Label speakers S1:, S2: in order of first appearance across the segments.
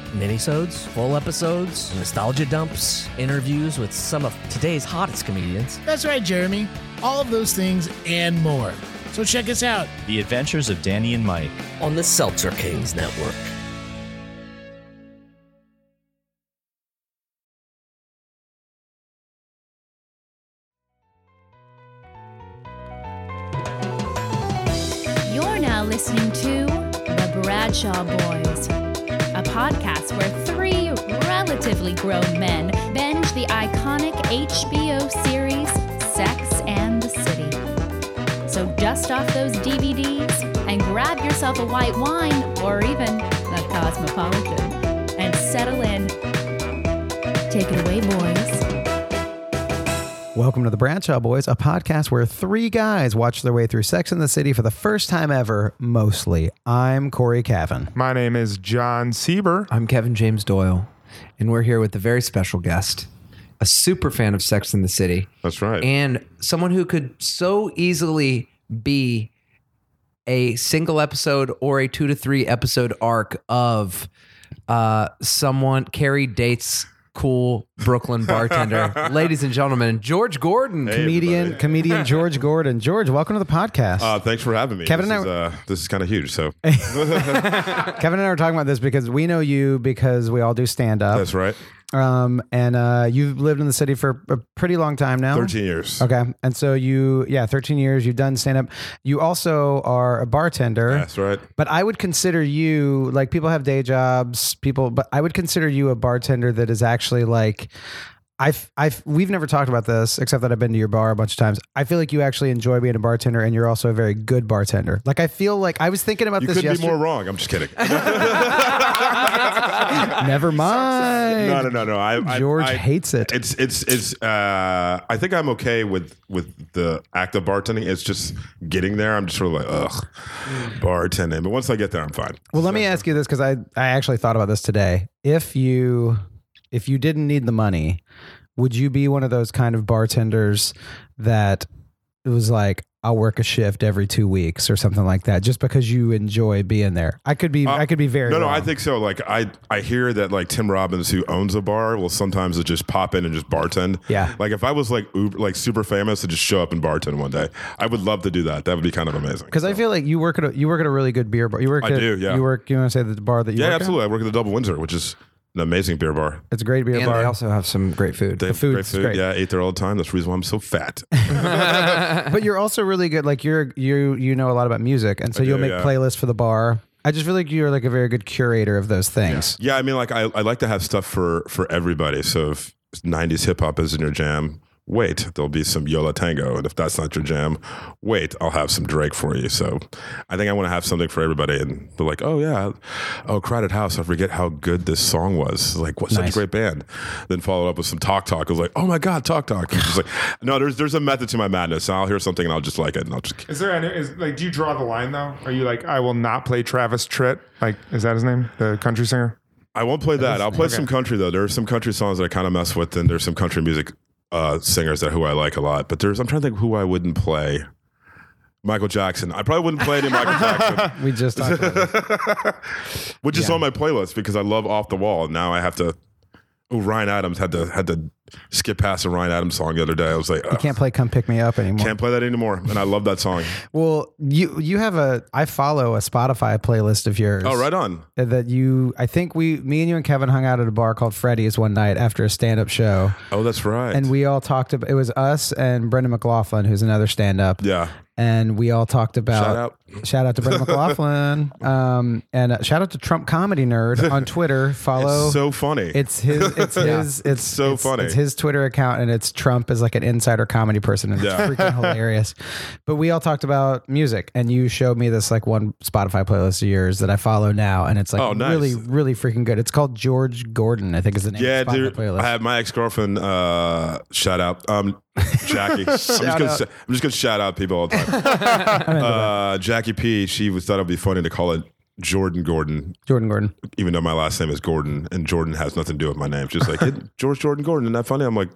S1: minisodes, full episodes, nostalgia dumps, interviews with some of today's hottest comedians.
S2: That's right, Jeremy. All of those things and more. So check us out.
S3: The Adventures of Danny and Mike.
S1: on the Seltzer Kings Network.
S4: You're now listening to The Bradshaw Boys, a podcast where three relatively grown men binge the iconic HBO series Sex and the City. So dust off those DVDs and grab yourself a white wine or even a cosmopolitan and settle in. Take it away, boys.
S5: Welcome to the Bradshaw Boys, a podcast where three guys watch their way through Sex in the City for the first time ever, mostly. I'm Corey Cavan.
S6: My name is John Sieber.
S7: I'm Kevin James Doyle, and we're here with a very special guest, a super fan of Sex in the City,
S6: That's right.
S7: and someone who could so easily be a single episode or a two to three episode arc of uh, someone Carrie dates cool Brooklyn bartender. Ladies and gentlemen, George Gordon.
S5: Comedian, comedian George Gordon. George, welcome to the podcast.
S8: Uh, thanks for having me.
S5: Kevin
S8: this
S5: and I-
S8: is, uh, this is kind of huge. So
S5: Kevin and I were talking about this because we know you because we all do stand up.
S8: that's right.
S5: Um, and uh, you've lived in the city for a pretty long time now.
S8: Thirteen years.
S5: Oh. Okay. And so you, yeah, 13 years, you've done stand up. You also are a bartender.
S8: That's right.
S5: But I would consider you like people have day jobs, people, but I would consider you a bartender that is actually like I've I've we've never talked about this except that I've been to your bar a bunch of times. I feel like you actually enjoy being a bartender and you're also a very good bartender. Like I feel like I was thinking about
S8: You
S5: this
S8: couldn't be
S5: yesterday.
S8: more wrong. I'm just kidding.
S5: never mind.
S8: no, no, no, no. I, I-
S5: George
S8: I-
S5: hates it.
S8: It's it's it's. Uh, I think I'm okay with with the act of bartending. It's just getting there. I'm just sort of like ugh, bartending. But once I get there, I'm fine.
S5: Well, let me ask you this because I I actually thought about this today. If you if you didn't need the money, would you be one of those kind of bartenders that it was like I'll work a shift every two weeks or something like that, just because you enjoy being there? I could be I could be very
S8: Uh, No, no, I
S5: wrong.
S8: think so. Like I, I hear that like Tim Robbins, who owns a bar, will sometimes just pop in and just bartend.
S5: Yeah.
S8: Like if I was like uber, like super famous, to just show up and bartend one day, I would love to do that. That would be kind of amazing.
S5: because I feel like you work at a, you work at a really good beer bar. You work
S8: I
S5: at,
S8: do, yeah.
S5: You work you want to say the bar that you
S8: Yeah,
S5: work at?
S8: absolutely. I work at the Double Windsor, which is an amazing beer bar.
S5: It's a great beer
S7: And
S5: bar.
S7: they also have some great food.
S8: They have
S5: food's
S8: great food.
S5: great.
S8: Yeah, I ate there all the time. That's the reason why I'm so fat.
S5: but you're also really good. Like you're you you know a lot about music, and so
S8: I
S5: you'll
S8: do,
S5: make
S8: yeah.
S5: playlists for the bar. I just feel like you're like a very good curator of those things.
S8: yeah, I mean, like I, I like to have stuff for for everybody. So if '90s hip hop isn't your jam, wait, there'll be some Yola Tango, and if that's not your jam, wait, I'll have some Drake for you. So I think I want to have something for everybody, and they're like, oh yeah, oh Crowded House, I forget how good this song was. Like, what such a
S5: Nice.
S8: great band. Then follow up with some Talk Talk. I was like, oh my god, Talk Talk. It's just like, no, there's there's a method to my madness. I'll hear something and I'll just like it, and I'll just
S6: is there any, is, like, do you draw the line though? Are you like, I will not play Travis Tritt? Like, is that his name? The country singer?
S8: I won't play that. I'll play some country though. There are some country songs that I kind of mess with, and there's some country music uh, singers that who I like a lot. But there's I'm trying to think who I wouldn't play. Michael Jackson. I probably wouldn't play any Michael Jackson,
S5: We just talked about this.
S8: which is on my playlist because I love Off the Wall. And now I have to. Oh, Ryan Adams had to had to skip past a Ryan Adams song the other day. I was like, ugh,
S5: can't play "Come Pick Me Up" anymore.
S8: can't play that anymore. And I love that song.
S5: Well, you you have a I follow a Spotify playlist of yours. Uh,
S8: Oh, right on.
S5: That you I think we me and you and Kevin hung out at a bar called Freddy's one night after a stand up show,
S8: Oh, that's right.
S5: and we all talked about it was us and Brendan McLaughlin, who's another stand up.
S8: yeah,
S5: and we all talked about
S8: Shout out.
S5: Shout out to Brett McLaughlin. Um, and uh, shout out to Trump Comedy Nerd on Twitter. Follow.
S8: It's so funny.
S5: It's his. It's his. It's,
S8: so
S5: it's-
S8: funny.
S5: It's his Twitter account, and it's Trump as like an insider comedy person, and
S8: Yeah.
S5: it's freaking hilarious. But we all talked about music, and you showed me this like one Spotify playlist of yours that I follow now, and it's like
S8: Oh, nice.
S5: really, really freaking good. It's called George Gordon, I think is the name.
S8: yeah,
S5: of the Spotify
S8: dude.
S5: Playlist.
S8: I had my ex girlfriend. Uh, shout out, um, Jackie. I'm just gonna
S5: out.
S8: say- I'm just gonna shout out people all the time. uh, Jackie P. She was thought it'd be funny to call it Jordan Gordon,
S5: Jordan Gordon.
S8: even though my last name is Gordon, and Jordan has nothing to do with my name. She's like, "Isn't George Jordan Gordon, isn't that funny? I'm like.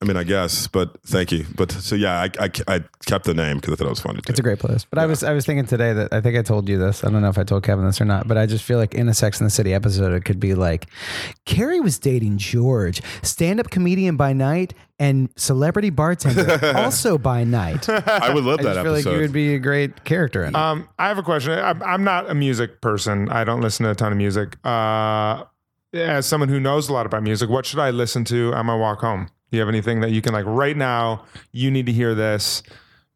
S8: I mean, I guess, but thank you. But so yeah, I, I, I kept the name because I thought it was funny. Too.
S5: It's a great playlist. But I was I was thinking today that I think I told you this. I don't know if I told Kevin this or not, but I just feel like in a Sex and the City episode, it could be like Carrie was dating George, stand up comedian by night and celebrity bartender also by night. I
S8: I would love that
S5: just feel
S8: episode.
S5: like you would be a great character in it.
S6: Um, I have a question. I'm, I'm not a music person. I don't listen to a ton of music. Uh, as someone who knows a lot about music, what should I listen to on my walk home? Do you have anything that you can like right now? You need to hear this.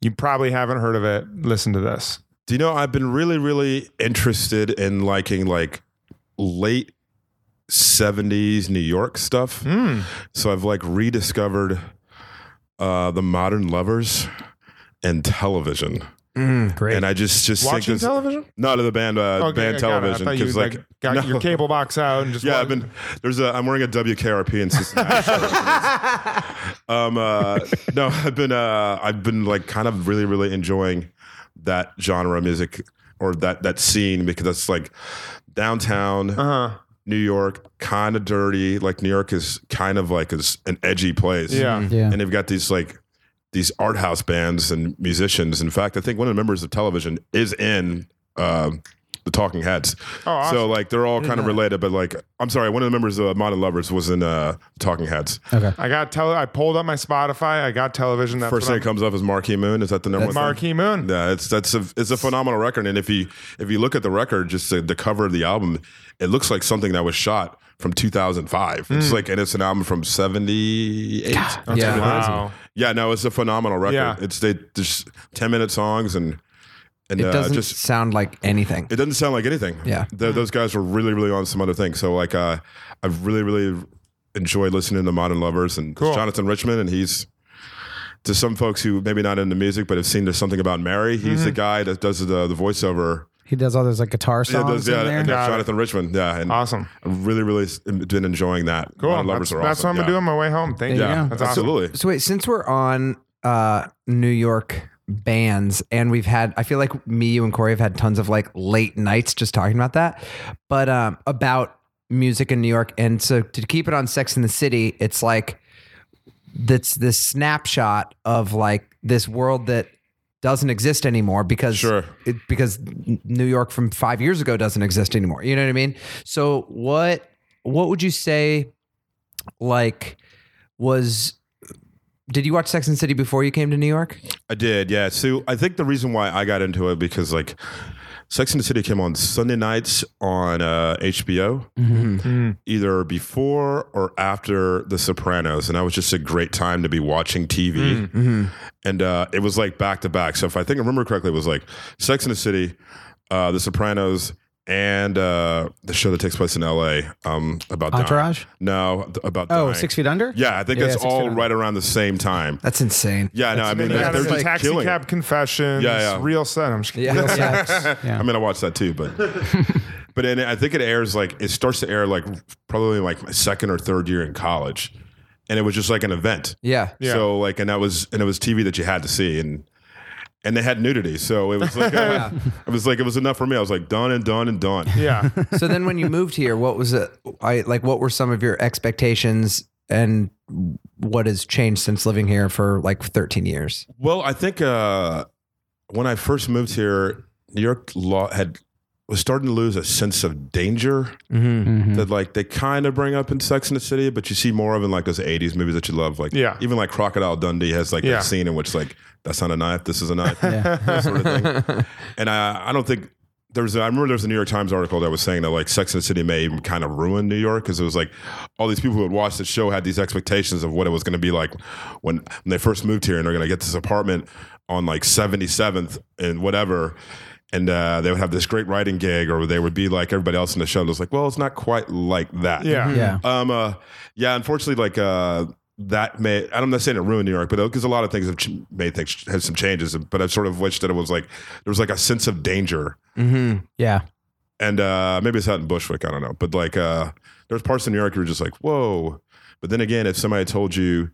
S6: You probably haven't heard of it. Listen to this.
S8: Do you know I've been really, really interested in liking like late seventies New York stuff.
S6: Mm.
S8: So I've like rediscovered uh the modern lovers and television.
S1: Great.
S8: And I just just
S6: Hmm, Watching
S8: think this
S6: television?
S8: not of the band uh
S6: Okay,
S8: band
S6: I got it. I
S8: television.
S6: thought you
S8: 'cause,
S6: like, got
S8: no.
S6: your cable box out and just
S8: Yeah,
S6: wa-
S8: I've been there's a I'm wearing a WKRP in Cincinnati. shirt. um uh no, I've been uh I've been like kind of really really enjoying that genre of music or that that scene because that's like downtown
S6: Uh-huh.
S8: New York, kind of dirty. Like New York is kind of like is an edgy place.
S6: Yeah.
S5: yeah.
S8: And they've got these like these art house bands and musicians. In fact, I think one of the members of television is in um the Talking Heads.
S6: Oh, awesome.
S8: So like they're all kind of related, but like I'm sorry, one of the members of Modern Lovers was in uh, Talking Heads.
S6: I got tele. I pulled up my Spotify. I got television. That's
S8: First
S6: what
S8: thing that comes up is Marquee Moon. Is that the
S6: I'm,
S8: number one?
S6: Marquee
S8: thing?
S6: Moon.
S8: Yeah, it's that's a it's a phenomenal record, and if you if you look at the record, just the, the cover of the album, it looks like something that was shot from 2005.
S6: Mm.
S8: It's like and it's an album from 78.
S7: Yeah.
S6: Wow.
S8: yeah, no, it's a phenomenal record.
S6: Yeah.
S8: It's they just 10 minute songs and and
S7: It
S8: uh,
S7: doesn't
S8: just
S7: sound like anything.
S8: it doesn't sound like anything.
S7: Yeah.
S8: Th- those guys were really really on some other thing. So like uh, I've really really enjoyed listening to Modern Lovers and
S6: Cool.
S8: Jonathan Richmond, and he's to some folks who maybe not into music but have seen there's something about Mary. He's
S6: Mm-hmm.
S8: the guy that does the the voiceover.
S5: He does all those like guitar
S8: Yeah,
S5: songs
S8: does, yeah,
S5: in there.
S8: and
S6: Got it.
S8: Jonathan Richmond. Yeah, and
S6: Awesome.
S8: I've really really s- been enjoying that.
S6: Cool.
S8: Modern Lovers
S6: That's,
S8: are
S6: that's what I'm
S8: awesome.
S6: gonna do on my way home. Thank
S5: There
S8: yeah.
S5: you
S6: you.
S5: go.
S8: yeah,
S6: That's awesome.
S8: absolutely.
S7: So wait, since we're on uh, New York bands, and we've had, I feel like me, you, and Corey have had tons of like late nights just talking about that, but um, about music in New York. And so to keep it on Sex in the City, it's like that's this snapshot of like this world that doesn't exist anymore because
S8: Sure.
S7: it, because New York from five years ago doesn't exist anymore. You know what I mean? So what what would you say like was did you watch Sex and the City before you came to New York?
S8: I did, yeah. So I think the reason why I got into it because like Sex and the City came on Sunday nights on uh, HBO,
S5: Mm-hmm.
S8: either before or after The Sopranos, and that was just a great time to be watching TV.
S5: Mm-hmm.
S8: And uh, it was like back to back. So if I think I remember correctly, it was like Sex and the City, uh, The Sopranos, and uh, the show that takes place in LA um, about dying.
S5: Entourage?
S8: No, th- about
S5: Oh,
S8: dying.
S5: Six Feet Under?
S8: Yeah, I think
S5: Yeah,
S8: that's
S5: Six Feet
S8: all
S5: Under.
S8: right around the same time.
S7: That's insane.
S8: Yeah, no, I mean,
S6: Yeah,
S8: they're, they're
S6: there's
S8: just
S6: taxi
S8: killing. it.
S6: cab confessions.
S8: Yeah, yeah.
S6: Real set. I'm just kidding.
S5: Real sex. Yeah.
S8: I mean, I watched that too, but but and I think it airs like it starts to air like probably like my second or third year in college, and it was just like an event.
S7: Yeah.
S8: So like, and that was and it was TV that you had to see, and and they had nudity, so it was like a, it was like it was enough for me. I was like done and done and done.
S6: Yeah.
S7: So then when you moved here, what was it I like what were some of your expectations and what has changed since living here for like 13 years?
S8: Well, I think uh, when I first moved here, New York law had was starting to lose a sense of danger
S5: Mm-hmm.
S6: Mm-hmm.
S8: that like they kind of bring up in Sex and the City, but you see more of in like those '80s movies that you love, like
S6: Yeah.
S8: even like Crocodile Dundee has like
S6: Yeah.
S8: that scene in which like that's not a knife, this is a knife, that sort of thing. And I, I don't think. There was, a, I remember there was a New York Times article that was saying that like Sex and the City may even kind of ruin New York because it was like all these people who had watched the show had these expectations of what it was going to be like when, when they first moved here and they're going to get this apartment on like 77th and whatever. and uh, they would have this great writing gig, or they would be like everybody else in the show. It was like, well, it's not quite like that.
S6: Yeah.
S5: Yeah.
S8: Um. Uh, yeah. Unfortunately, like uh, that may. I'm not saying it ruined New York, but because a lot of things have ch- made things had some changes. But I sort of wished that it was like there was like a sense of danger,
S7: Mm-hmm.
S5: Yeah.
S8: and uh, maybe it's out in Bushwick. I don't know. But like, uh, there's parts of New York you were just like, whoa. But then again, if somebody told you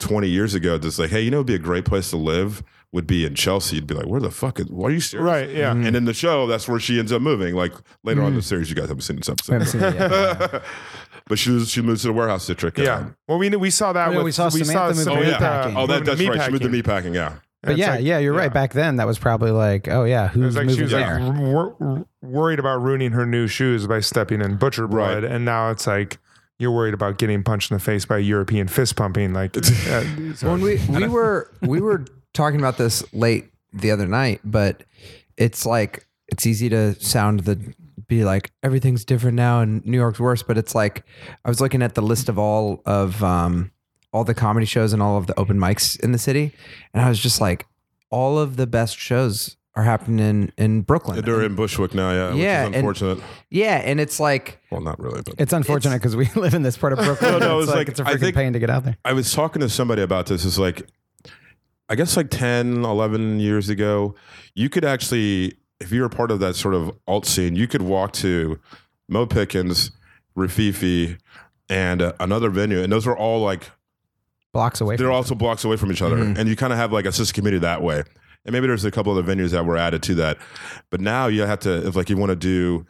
S8: 20 years ago, just like, hey, you know, it'd be a great place to live would be in Chelsea. You'd be like, where the fuck is? Why are you serious?
S6: Right. Yeah.
S8: And in the show, that's where she ends up moving. Like later on in the series, you guys haven't seen this
S5: We
S8: episode.
S5: haven't seen it yet.
S8: but she was, she moves to the warehouse district. uh,
S6: Yeah. Well, we knew, we saw that.
S5: Yeah,
S6: with,
S5: we saw Samantha move to
S8: Oh yeah.
S5: Meatpacking.
S8: Oh, that,
S6: moving to
S8: that's right. She moved to
S6: meatpacking.
S8: meat packing. Yeah.
S5: But
S6: It's
S5: yeah,
S6: like-
S5: yeah, you're
S6: yeah.
S5: right. Back then, that was probably like, oh yeah,
S6: It
S5: who's
S6: was like she
S5: moving
S6: was
S5: there?
S6: like wor- wor- worried about ruining her new shoes by stepping in butcher blood, and now it's like you're worried about getting punched in the face by European fist pumping. Like, uh, so-
S7: When we we were we were talking about this late the other night, but it's like it's easy to sound the be like everything's different now and New York's worse, but it's like I was looking at the list of all of um all the comedy shows and all of the open mics in the city, and I was just like, all of the best shows are happening in in Brooklyn.
S8: They're in Bushwick now.
S7: Yeah,
S8: Yeah. Which
S7: and-
S8: is unfortunate.
S7: yeah, and it's like
S8: well, not really, but
S5: It's unfortunate because we live in this part of Brooklyn.
S8: No, no,
S5: and
S8: it
S5: it's
S8: was
S5: like,
S8: like-
S5: it's a
S8: I
S5: freaking
S8: think-
S5: pain to get out there.
S8: I was talking to somebody about this. It's like, I guess like 10, 11 years ago, you could actually, if you were part of that sort of alt scene, you could walk to Mo Pickens, Rafifi, and uh, another venue. And those were all like,
S5: Blocks away.
S8: they're
S5: from
S8: also blocks away from each other. And you kind of have like a sister community that way. And maybe there's a couple other venues that were added to that. But now you have to, if like you want to do,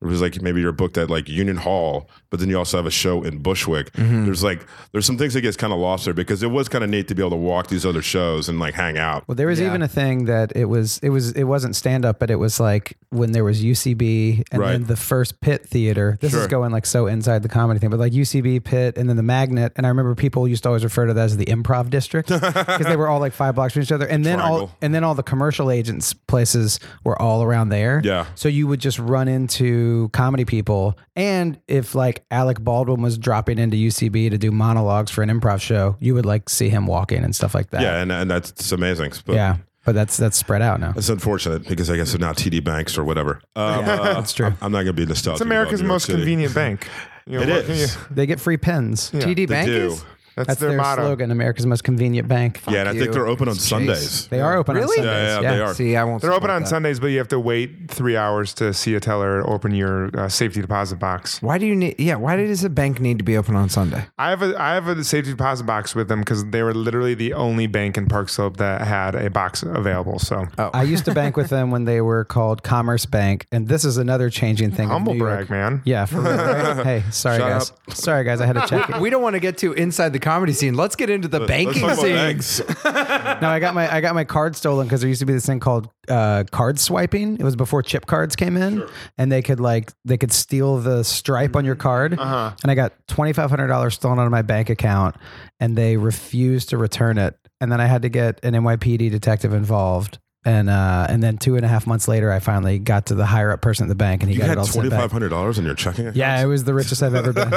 S8: it was like maybe you're booked at like Union Hall, but then you also have a show in Bushwick. There's like, there's some things that gets kind of lost there because it was kind of neat to be able to walk these other shows and like hang out.
S5: Well, there was even a thing that it was it was it wasn't stand up, but it was like when there was UCB and then
S8: Right.
S5: the first Pit Theater. This is
S8: Sure.
S5: going like so inside the comedy thing, but like UCB Pit and then the Magnet. And I remember people used to always refer to that as the Improv District because they were all like five blocks from each other. And then all
S8: Triangle.
S5: and then all the commercial agents places were all around there.
S8: Yeah.
S5: So you would just run into comedy people, and if like Alec Baldwin was dropping into UCB to do monologues for an improv show, you would like see him walk in and stuff like that.
S8: Yeah. And, and that's it's amazing. But
S5: yeah, but that's that's spread out now.
S8: It's unfortunate because I guess they're now TD Banks or whatever. Um, uh,
S5: That's true.
S8: I'm not going to be nostalgic.
S6: it's
S8: about
S6: America's
S8: New York
S6: most
S8: City.
S6: convenient bank. You know,
S8: It
S6: what-
S8: is.
S6: yeah,
S5: They get free pens.
S7: TD
S8: They
S7: Bank
S8: do.
S7: is
S6: That's,
S5: That's
S6: their,
S5: their,
S6: motto.
S5: slogan: America's most convenient bank.
S8: Yeah. And I think
S7: you.
S8: they're open on
S7: Jeez.
S8: Sundays.
S5: They are open
S7: Really?
S5: on Sundays.
S8: Yeah, yeah, they are.
S7: see, I won't.
S6: They're open
S7: support
S6: on
S7: that.
S6: Sundays, but you have to wait three hours to see a teller open your uh, safety deposit box.
S7: Why do you need? Yeah, why does a bank need to be open on Sunday?
S6: I have a I have a safety deposit box with them because they were literally the only bank in Park Slope that had a box available. So
S5: I used to bank with them when they were called Commerce Bank, and this is another changing thing. of
S6: humble
S5: New York.
S6: brag, man.
S5: Yeah. For real, right? hey, sorry
S8: Shut
S5: guys. Sorry guys, I had to check it.
S7: We don't want to get too inside the comedy scene. Let's get into the
S8: Let's
S7: banking
S8: talk about
S7: scene.
S8: banks.
S5: No, I got my I got my card stolen because there used to be this thing called uh, card swiping. It was before chip cards came in, and they could like they could steal the stripe on your card. Uh-huh. And I got twenty five hundred dollars stolen out of my bank account, and they refused to return it. And then I had to get an NYPD detective involved. And uh, and then two and a half months later, I finally got to the higher up person at the bank, and he
S8: You
S5: got it
S8: had
S5: all
S8: twenty
S5: sent back.
S8: five hundred dollars in your checking account.
S5: Yeah, it was the richest I've ever been.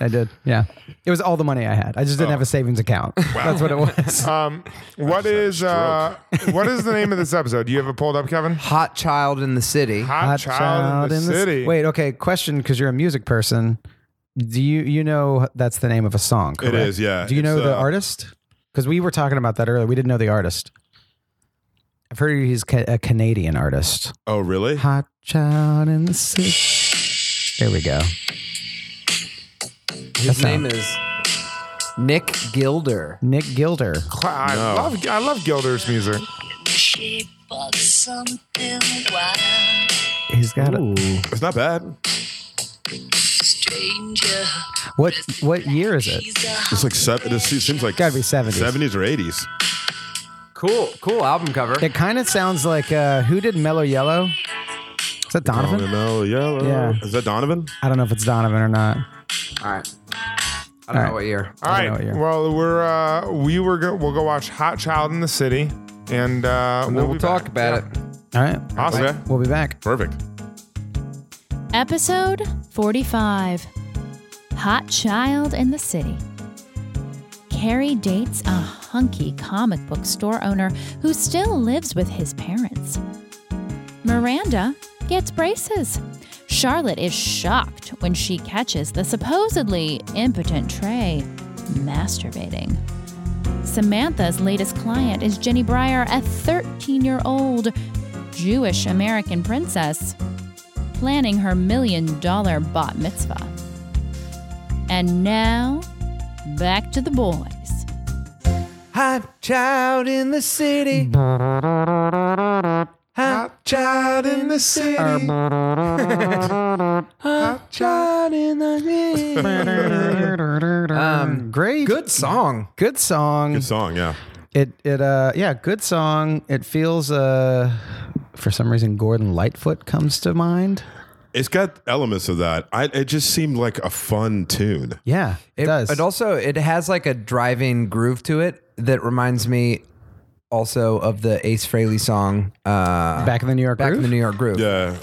S5: I did. Yeah, it was all the money I had. I
S8: Oh.
S5: just didn't have a savings account. That's what it was.
S6: Um, what is uh, what is the name of this episode? Do you have it pulled up, Kevin?
S7: Hot child in the city.
S6: Hot, child, in the,
S5: Ci-
S6: city.
S5: Wait, okay. Question, because you're a music person. Do you you know that's the name of a song? Correct?
S8: is, yeah.
S5: Do you know
S8: It's,
S5: the
S8: uh,
S5: artist? Because we were talking about that earlier. We didn't know the artist. I've heard he's ca- a Canadian artist.
S8: Oh, really?
S5: Hot child in the city. There we go.
S7: His
S5: That's
S7: name is Nick Gilder.
S5: Nick Gilder.
S6: Cla- I love I love Gilder's music.
S9: shape of something wild,
S5: He's got a,
S8: It's not bad.
S9: stranger.
S5: what? What year is it?
S9: He's a
S8: It's like seven. It seems like
S5: Gotta be 70s.
S8: seventies or eighties.
S7: Cool, cool album cover.
S5: It kind of sounds like uh, who did Mellow Yellow? Is that Donovan?
S8: yellow.
S5: Yeah.
S8: Is that Donovan?
S5: I don't know if it's Donovan or not.
S7: All right. I don't
S5: All right.
S7: know what year.
S6: All
S5: I don't know
S6: right.
S5: what year.
S6: Well, we're uh, we were go- we'll go watch Hot Child in the City, and, uh,
S7: We'll,
S6: be
S7: talk
S6: back.
S7: about it.
S5: All right,
S6: Yeah. Awesome.
S8: Okay.
S5: we'll be back.
S8: Perfect.
S4: Episode 45 Hot Child in the City. Carrie dates a hunky comic book store owner who still lives with his parents. Miranda gets braces. Charlotte is shocked when she catches the supposedly impotent Trey masturbating. Samantha's latest client is Jenny Breyer, a 13 year old Jewish American princess, planning her million dollar bat mitzvah. And now, back to the boys.
S7: Hot child in the city. Hot Um, child in the city. Hot child in the city. Um,
S5: Great.
S7: Good song.
S5: Good song.
S8: Good song, yeah.
S5: It it uh yeah, good song. It feels uh for some reason Gordon Lightfoot comes to mind.
S8: It's got elements of that. I, it just seemed like a fun tune.
S5: Yeah, it, does.
S7: It also it has like a driving groove to it that reminds me also of the Ace Frehley song uh,
S5: back in the New York
S7: Back in
S5: groove.
S7: the New York Groove.
S8: Yeah.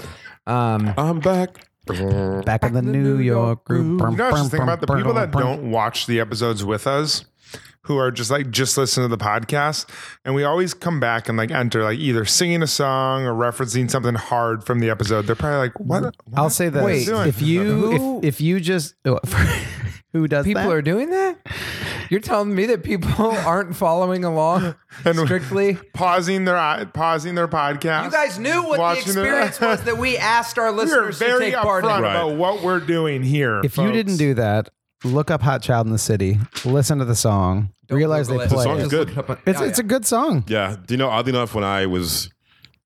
S7: Um,
S8: I'm back.
S5: back in the New York group.
S6: You know, I was just thinking about the people that don't watch the episodes with us, who are just like just listen to the podcast, and we always come back and like enter like either singing a song or referencing something hard from the episode. They're probably like, "What?" what
S5: I'll say this:
S6: are
S7: Wait,
S6: doing?"
S5: if you if, if you just who does
S7: people
S5: that?
S7: are doing that. You're telling me that people aren't following along strictly.
S6: pausing their uh, pausing their podcast,
S7: You guys knew what the
S6: watching their-
S7: experience was that we asked our
S6: we are
S7: listeners to
S6: very
S7: take part in.
S6: upfront
S8: Right.
S6: about what we're doing here.
S5: if you didn't do that, look up "Hot Child in the City," listen to the song, realize they
S7: Google it.
S5: play.
S8: song
S5: it.
S8: is
S7: Just
S8: good.
S7: look it up on-
S5: It's
S7: Oh,
S5: it's
S7: yeah.
S5: a good song.
S8: Yeah. Do you know, oddly enough, when I was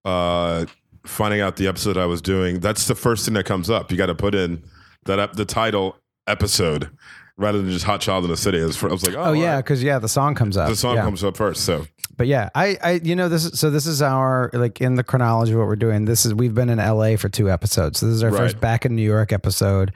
S8: uh, finding out the episode I was doing, that's the first thing that comes up. You got to put in that up the title episode rather than just Hot Child in the City. I was, fir- I was like, oh,
S5: Oh, yeah,
S8: alright.
S5: because yeah, the song comes up.
S8: The song
S5: yeah.
S8: comes up first. So
S5: But yeah, I, I, you know, this is so this is our like in the chronology of what we're doing. This is we've been in LA for two episodes. So this is our
S8: Right. Mm-hmm.
S5: first back in New York episode.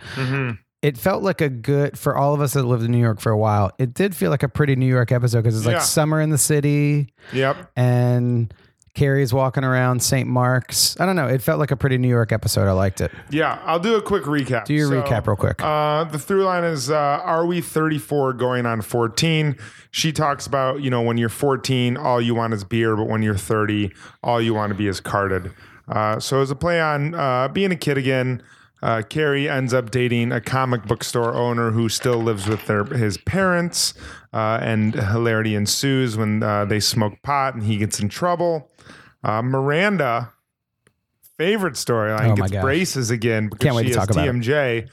S5: It felt like a good for all of us that lived in New York for a while. It did feel like a pretty New York episode because it's like
S6: Yeah.
S5: summer in the city
S6: yep,
S5: and Carrie's walking around St. Mark's. I don't know. It felt like a pretty New York episode. I liked it.
S6: yeah, I'll do a quick recap.
S5: Do your
S6: So,
S5: recap real quick.
S6: Uh, the through line is uh, Are we 34 going on 14? She talks about, you know, when you're 14, all you want is beer, but when you're 30, all you want to be is carded. Uh, so it's a play on uh, being a kid again. Uh, Carrie ends up dating a comic book store owner who still lives with their his parents, uh, and hilarity ensues when uh, they smoke pot and he gets in trouble. Uh, Miranda, favorite storyline,
S5: Oh my
S6: gets
S5: gosh.
S6: braces again because
S5: Can't wait
S6: she
S5: to
S6: has
S5: talk about it.
S6: TMJ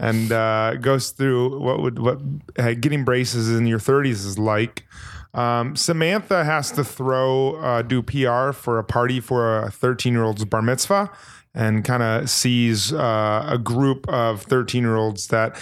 S6: and uh, goes through what would what uh, getting braces in your 30s is like. Um, Samantha has to throw uh, do PR for a party for a 13 year old's bar mitzvah, and kind of sees uh, a group of 13 year olds that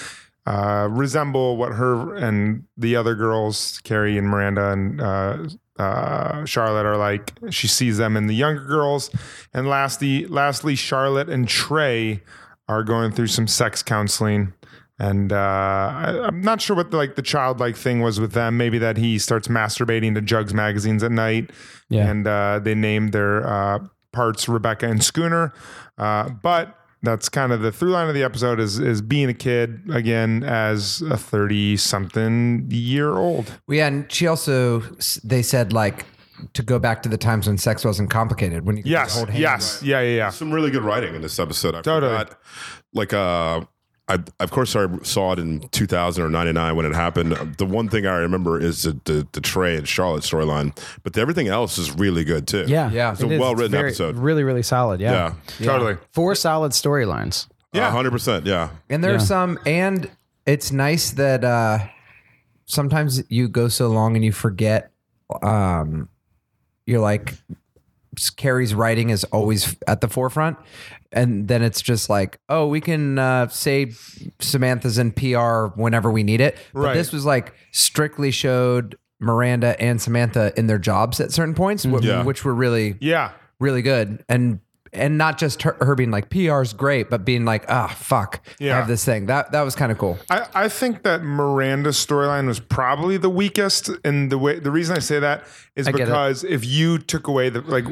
S6: uh, resemble what her and the other girls, Carrie and Miranda and uh, uh, Charlotte, are like. She sees them in the younger girls, and lastly, lastly, Charlotte and Trey are going through some sex counseling. And uh, I, I'm not sure what the, like the childlike thing was with them. Maybe that he starts masturbating to Jugs magazines at night,
S5: Yeah.
S6: and uh, they named their uh, parts Rebecca and Schooner. Uh, but that's kind of the through line of the episode is is being a kid again as a thirty something year old.
S7: Well, yeah, and she also they said like to go back to the times when sex wasn't complicated when you could just
S6: Yes,
S7: hold hands.
S6: yes, yeah, yeah, yeah.
S8: some really good writing in this episode. I
S6: Totally.
S8: forgot. Like, uh, I, of course, I saw it in 2000 or 99 when it happened. Uh, The one thing I remember is the, the, the Trey and Charlotte storyline, but everything else is really good too.
S5: yeah.
S7: yeah.
S8: It's a
S5: It is.
S8: well-written
S5: very-
S8: episode.
S5: Really, really solid. Yeah.
S8: Yeah.
S6: Totally.
S5: Four solid storylines.
S8: Yeah. 100%. Yeah.
S7: And there
S5: Yeah.
S7: are some, and it's nice that uh, sometimes you go so long and you forget. Um, you're like Carrie's writing is always at the forefront, and then it's just like, oh, we can uh, say Samantha's in PR whenever we need it. But
S6: Right.
S7: this was like strictly showed Miranda and Samantha in their jobs at certain points, wh-
S8: Yeah.
S7: which were really
S6: Yeah,
S7: really good and and not just her, her being like PR's great, but being like, ah, fuck,
S6: Yeah.
S7: I have this thing. That that was kind of cool.
S6: I, I think that Miranda's storyline was probably the weakest, and the way the reason I say that is
S5: get it.
S6: because if you took away the like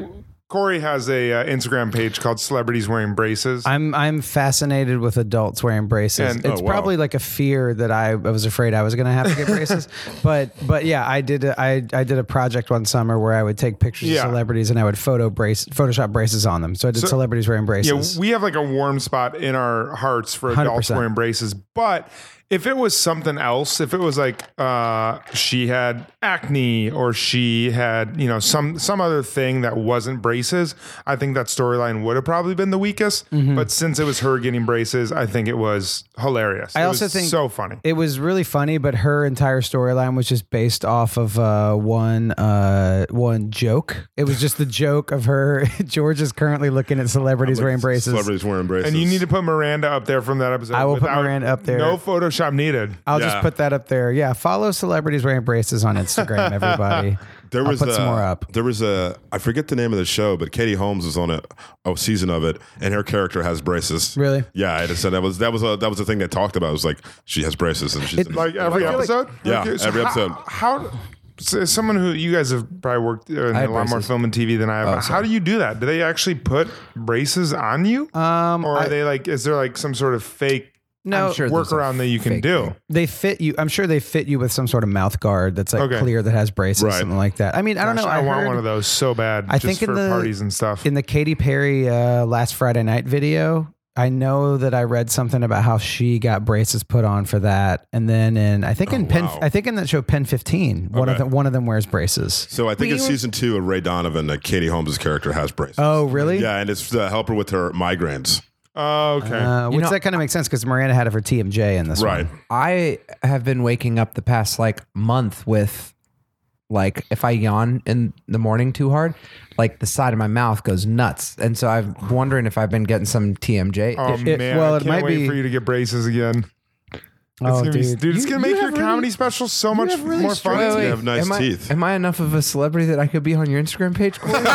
S6: Corey has a uh, Instagram page called Celebrities Wearing Braces.
S5: I'm I'm fascinated with adults wearing braces.
S6: And-
S5: it's
S8: oh, wow.
S5: probably like a fear that I, I was afraid I was going to have to get braces. But but yeah, I did a, I I did a project one summer where I would take pictures
S6: Yeah.
S5: of celebrities and I would photo brace Photoshop braces on them. So I did
S6: So-
S5: celebrities wearing
S6: yeah,
S5: braces.
S6: we have like a warm spot in our hearts for adults
S5: 100%.
S6: wearing braces. But if it was something else, if it was like uh, she had acne or she had you know some some other thing that wasn't braces, I think that storyline would have probably been the weakest.
S5: Mm-hmm.
S6: But since it was her getting braces, I think it was hilarious.
S5: I
S6: It
S5: also
S6: was
S5: think-
S6: so funny.
S5: it was really funny, but her entire storyline was just based off of uh, one uh, one joke. It was just the joke of her. George is currently looking at celebrities wearing braces.
S8: Celebrities wearing braces.
S6: and you need to put Miranda up there from that episode.
S5: I will put
S6: without-
S5: Miranda up there.
S6: No Photoshop needed.
S5: I'll
S8: Yeah.
S5: just put that up there. Yeah, follow celebrities wearing braces on Instagram, everybody.
S8: There
S5: I'll
S8: was
S5: put
S8: a,
S5: some more up.
S8: There was a I forget the name of the show, but Katie Holmes was on a, a season of it, and her character has braces.
S5: Really?
S8: Yeah, I just said that was that was a, that was the thing they talked about. It was like she has braces, and she's
S5: It-
S6: Like every
S8: Wow.
S6: episode?
S8: Yeah,
S6: Okay, so
S8: every
S6: how-
S8: episode.
S6: How, so as someone who you guys have probably worked in a
S5: have
S6: lot more
S5: braces.
S6: film and TV than I
S7: Oh,
S6: have, how do you do that? Do they actually put braces on you?
S5: Um,
S6: or are
S5: I-
S6: they like, is there like some sort of fake
S5: no,
S7: I'm sure there's a
S6: workaround that you can
S7: fake
S6: do?
S7: thing.
S5: they fit you. I'm sure they fit you with some sort of mouth guard that's like
S6: Okay.
S5: clear that has braces,
S8: Right.
S5: something like that. I mean, I don't know.
S6: I, want
S5: heard
S6: one of those so bad.
S5: I
S6: just
S5: think in
S6: for
S5: the-
S6: parties and stuff.
S5: in the Katy Perry uh, last Friday night video. I know that I read something about how she got braces put on for that, and then in I think in
S8: Oh,
S5: Pen,
S8: wow.
S5: I think in that show Pen 15, one of
S8: Okay.
S5: them one of them wears braces.
S8: So I think it's season two of Ray Donovan that Katie Holmes' character has braces.
S5: Oh, really?
S8: yeah, and it's to help her with her migraines.
S6: oh, okay.
S5: Uh, which
S7: know-
S5: that kind of makes sense because Miranda had it for TMJ in this
S8: Right.
S5: one.
S7: I have been waking up the past like month with like if I yawn in the morning too hard, like the side of my mouth goes nuts. And so I'm wondering if I've been getting some TMJ.
S6: Oh
S5: it-
S6: man!
S5: well,
S6: I
S5: it
S6: can't
S5: might
S6: wait
S5: be-
S6: for you to get braces again. It's
S5: Oh,
S6: gonna be,
S5: dude,
S6: dude, it's
S5: You-
S6: gonna
S5: you
S6: make your
S5: have really-
S6: comedy special so much
S5: have really
S6: more
S5: strong-
S6: fun.
S7: Wait, wait,
S8: You have nice
S7: am
S8: teeth.
S7: I, am I enough of a celebrity that I could be on your Instagram page? Corey?
S5: I'll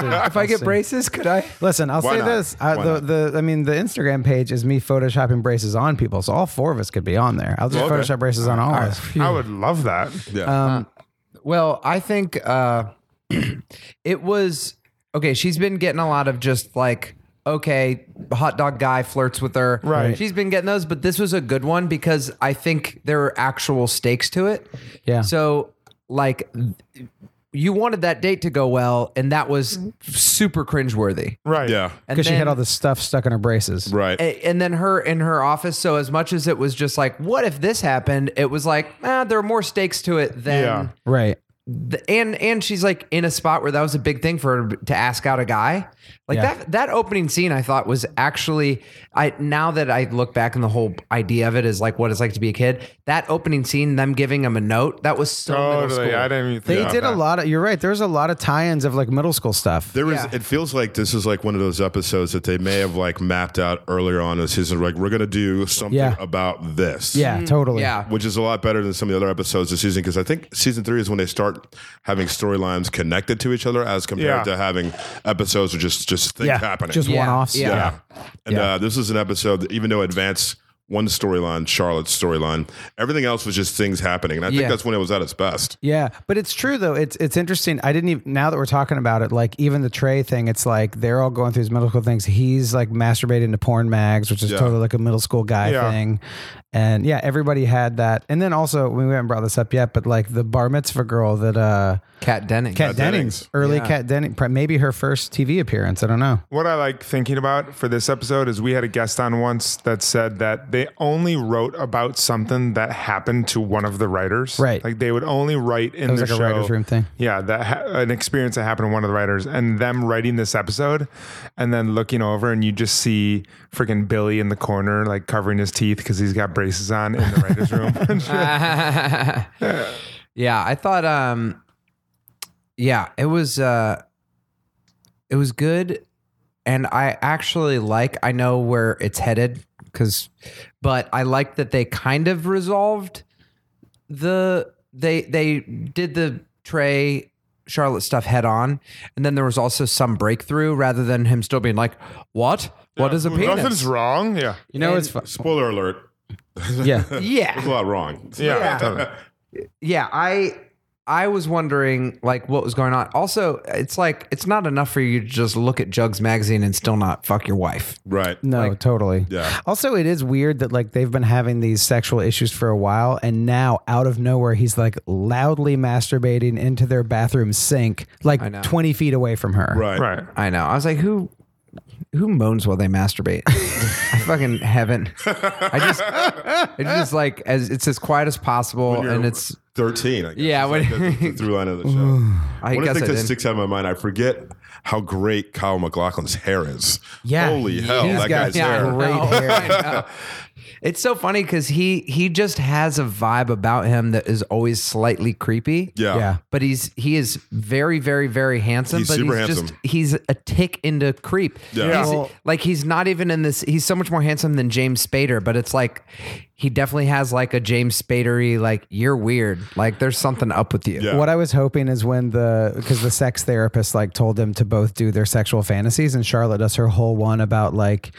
S5: see.
S7: if I
S5: I'll
S7: get
S5: see.
S7: braces, could I?
S5: Listen, I'll
S8: Why
S5: say
S8: not?
S5: this: I,
S8: Why
S5: the, the I mean, the Instagram page is me photoshopping braces on people, so all four of us could be on there. I'll just
S8: Okay.
S5: photoshop braces on all of us.
S6: I would love that.
S8: Yeah.
S7: Well, I think uh, it was okay. She's been getting a lot of just like okay, hot dog guy flirts with her.
S6: Right.
S7: She's been getting those, but this was a good one because I think there are actual stakes to it.
S5: Yeah.
S7: So like. You wanted that date to go well, and that was super cringeworthy.
S6: Right.
S8: yeah.
S7: And
S5: because she
S7: then-
S5: had all this stuff stuck in her braces.
S8: Right.
S7: a- and then her in her office. So as much as it was just like, what if this happened? It was like, ah, there are more stakes to it than.
S6: Yeah.
S5: Right.
S7: The, and and she's like in a spot where that was a big thing for her to ask out a guy. Like
S5: Yeah.
S7: that that opening scene, I thought was actually I now that I look back and the whole idea of it is like what it's like to be a kid. That opening scene, them giving him a note, that was so middle
S6: Totally.
S7: school.
S6: I didn't even.
S5: They
S6: think about
S5: did a
S6: that.
S5: lot of. You're right. There's a lot of tie-ins of like middle school stuff.
S8: There is.
S7: Yeah.
S8: It feels like this is like one of those episodes that they may have like mapped out earlier on as season. Like we're gonna do something
S5: Yeah.
S8: about this.
S5: yeah, totally.
S7: yeah.
S8: Which is a lot better than some of the other episodes this season because I think season three is when they start having storylines connected to each other as compared
S6: Yeah.
S8: to having episodes with just just things
S5: yeah.
S8: happening.
S5: Just
S7: Yeah.
S5: one-offs.
S7: Yeah.
S8: Yeah. And
S5: Yeah.
S8: Uh, this is an episode that even though it advanced one storyline, Charlotte's storyline, everything else was just things happening. And I think
S7: Yeah.
S8: that's when it was at its best.
S5: Yeah, but it's true though. It's it's interesting. I didn't even now that we're talking about it, like even the Trey thing, it's like they're all going through his middle school things. He's like masturbating to porn mags, which is
S8: Yeah.
S5: totally like a middle school guy
S6: Yeah.
S5: thing. And yeah, everybody had that. And then also we haven't brought this up yet, but like the bar mitzvah girl that uh
S7: Kat Denning.
S5: Kat
S8: Kat
S5: Dennings,
S8: Dennings.
S5: early
S7: Yeah.
S5: Kat Denning, pr- maybe her first TV appearance. I don't know.
S6: What I like thinking about for this episode is we had a guest on once that said that they only wrote about something that happened to one of the writers.
S5: Right.
S6: Like they would only write in
S5: It was
S6: the
S5: like a
S6: show.
S5: writer's room thing.
S6: Yeah, that ha- an experience that happened to one of the writers, and them writing this episode, and then looking over, and you just see freaking Billy in the corner, like covering his teeth because he's got braces on in the writers' room.
S7: yeah, I thought um yeah, it was uh it was good and I actually like I know where it's headed cuz but I like that they kind of resolved the they they did the Trey Charlotte stuff head on and then there was also some breakthrough rather than him still being like what what is a penis
S6: Nothing's wrong. Yeah.
S5: You know,
S7: And-
S5: it's fu-
S8: Spoiler alert.
S5: yeah.
S8: There's a
S7: yeah
S8: lot wrong.
S6: Yeah.
S7: yeah I I was wondering like what was going on. Also, it's like it's not enough for you to just look at Jugs magazine and still not fuck your wife.
S8: Right.
S5: No,
S7: Like-
S5: totally.
S8: Yeah.
S5: Also, it is weird that like they've been having these sexual issues for a while, and now out of nowhere, he's like loudly masturbating into their bathroom sink,
S7: I
S5: like
S7: know.
S5: twenty feet away from her.
S8: Right.
S6: Right.
S7: I know. I was like, who who moans while they masturbate? I fucking haven't. I just it's just like as it's as quiet as possible,
S8: When you're
S7: and it's
S8: 13. I guess.
S7: Yeah,
S8: It's
S7: when-
S8: like that's the through line of the show.
S7: I
S8: One
S7: guess
S8: of the
S7: I
S8: things that
S7: didn't.
S8: sticks out in my mind, I forget how great Kyle McLaughlin's hair is.
S5: Yeah.
S8: Holy hell,
S5: He's got-
S8: that guy's
S5: yeah.
S8: hair.
S5: Great hair.
S7: I know. It's so funny because he he just has a vibe about him that is always slightly creepy.
S8: Yeah.
S5: Yeah.
S7: But he's he is very very very handsome.
S8: He's
S7: but
S8: super
S7: he's
S8: handsome.
S7: just he's a tick into creep.
S8: Yeah.
S7: He's-
S5: Well-
S7: like he's not even in this. He's so much more handsome than James Spader. But it's like he definitely has like a James Spadery like you're weird. Like there's something up with you.
S8: Yeah.
S5: What I was hoping is when the because the sex therapist like told them to both do their sexual fantasies, and Charlotte does her whole one about like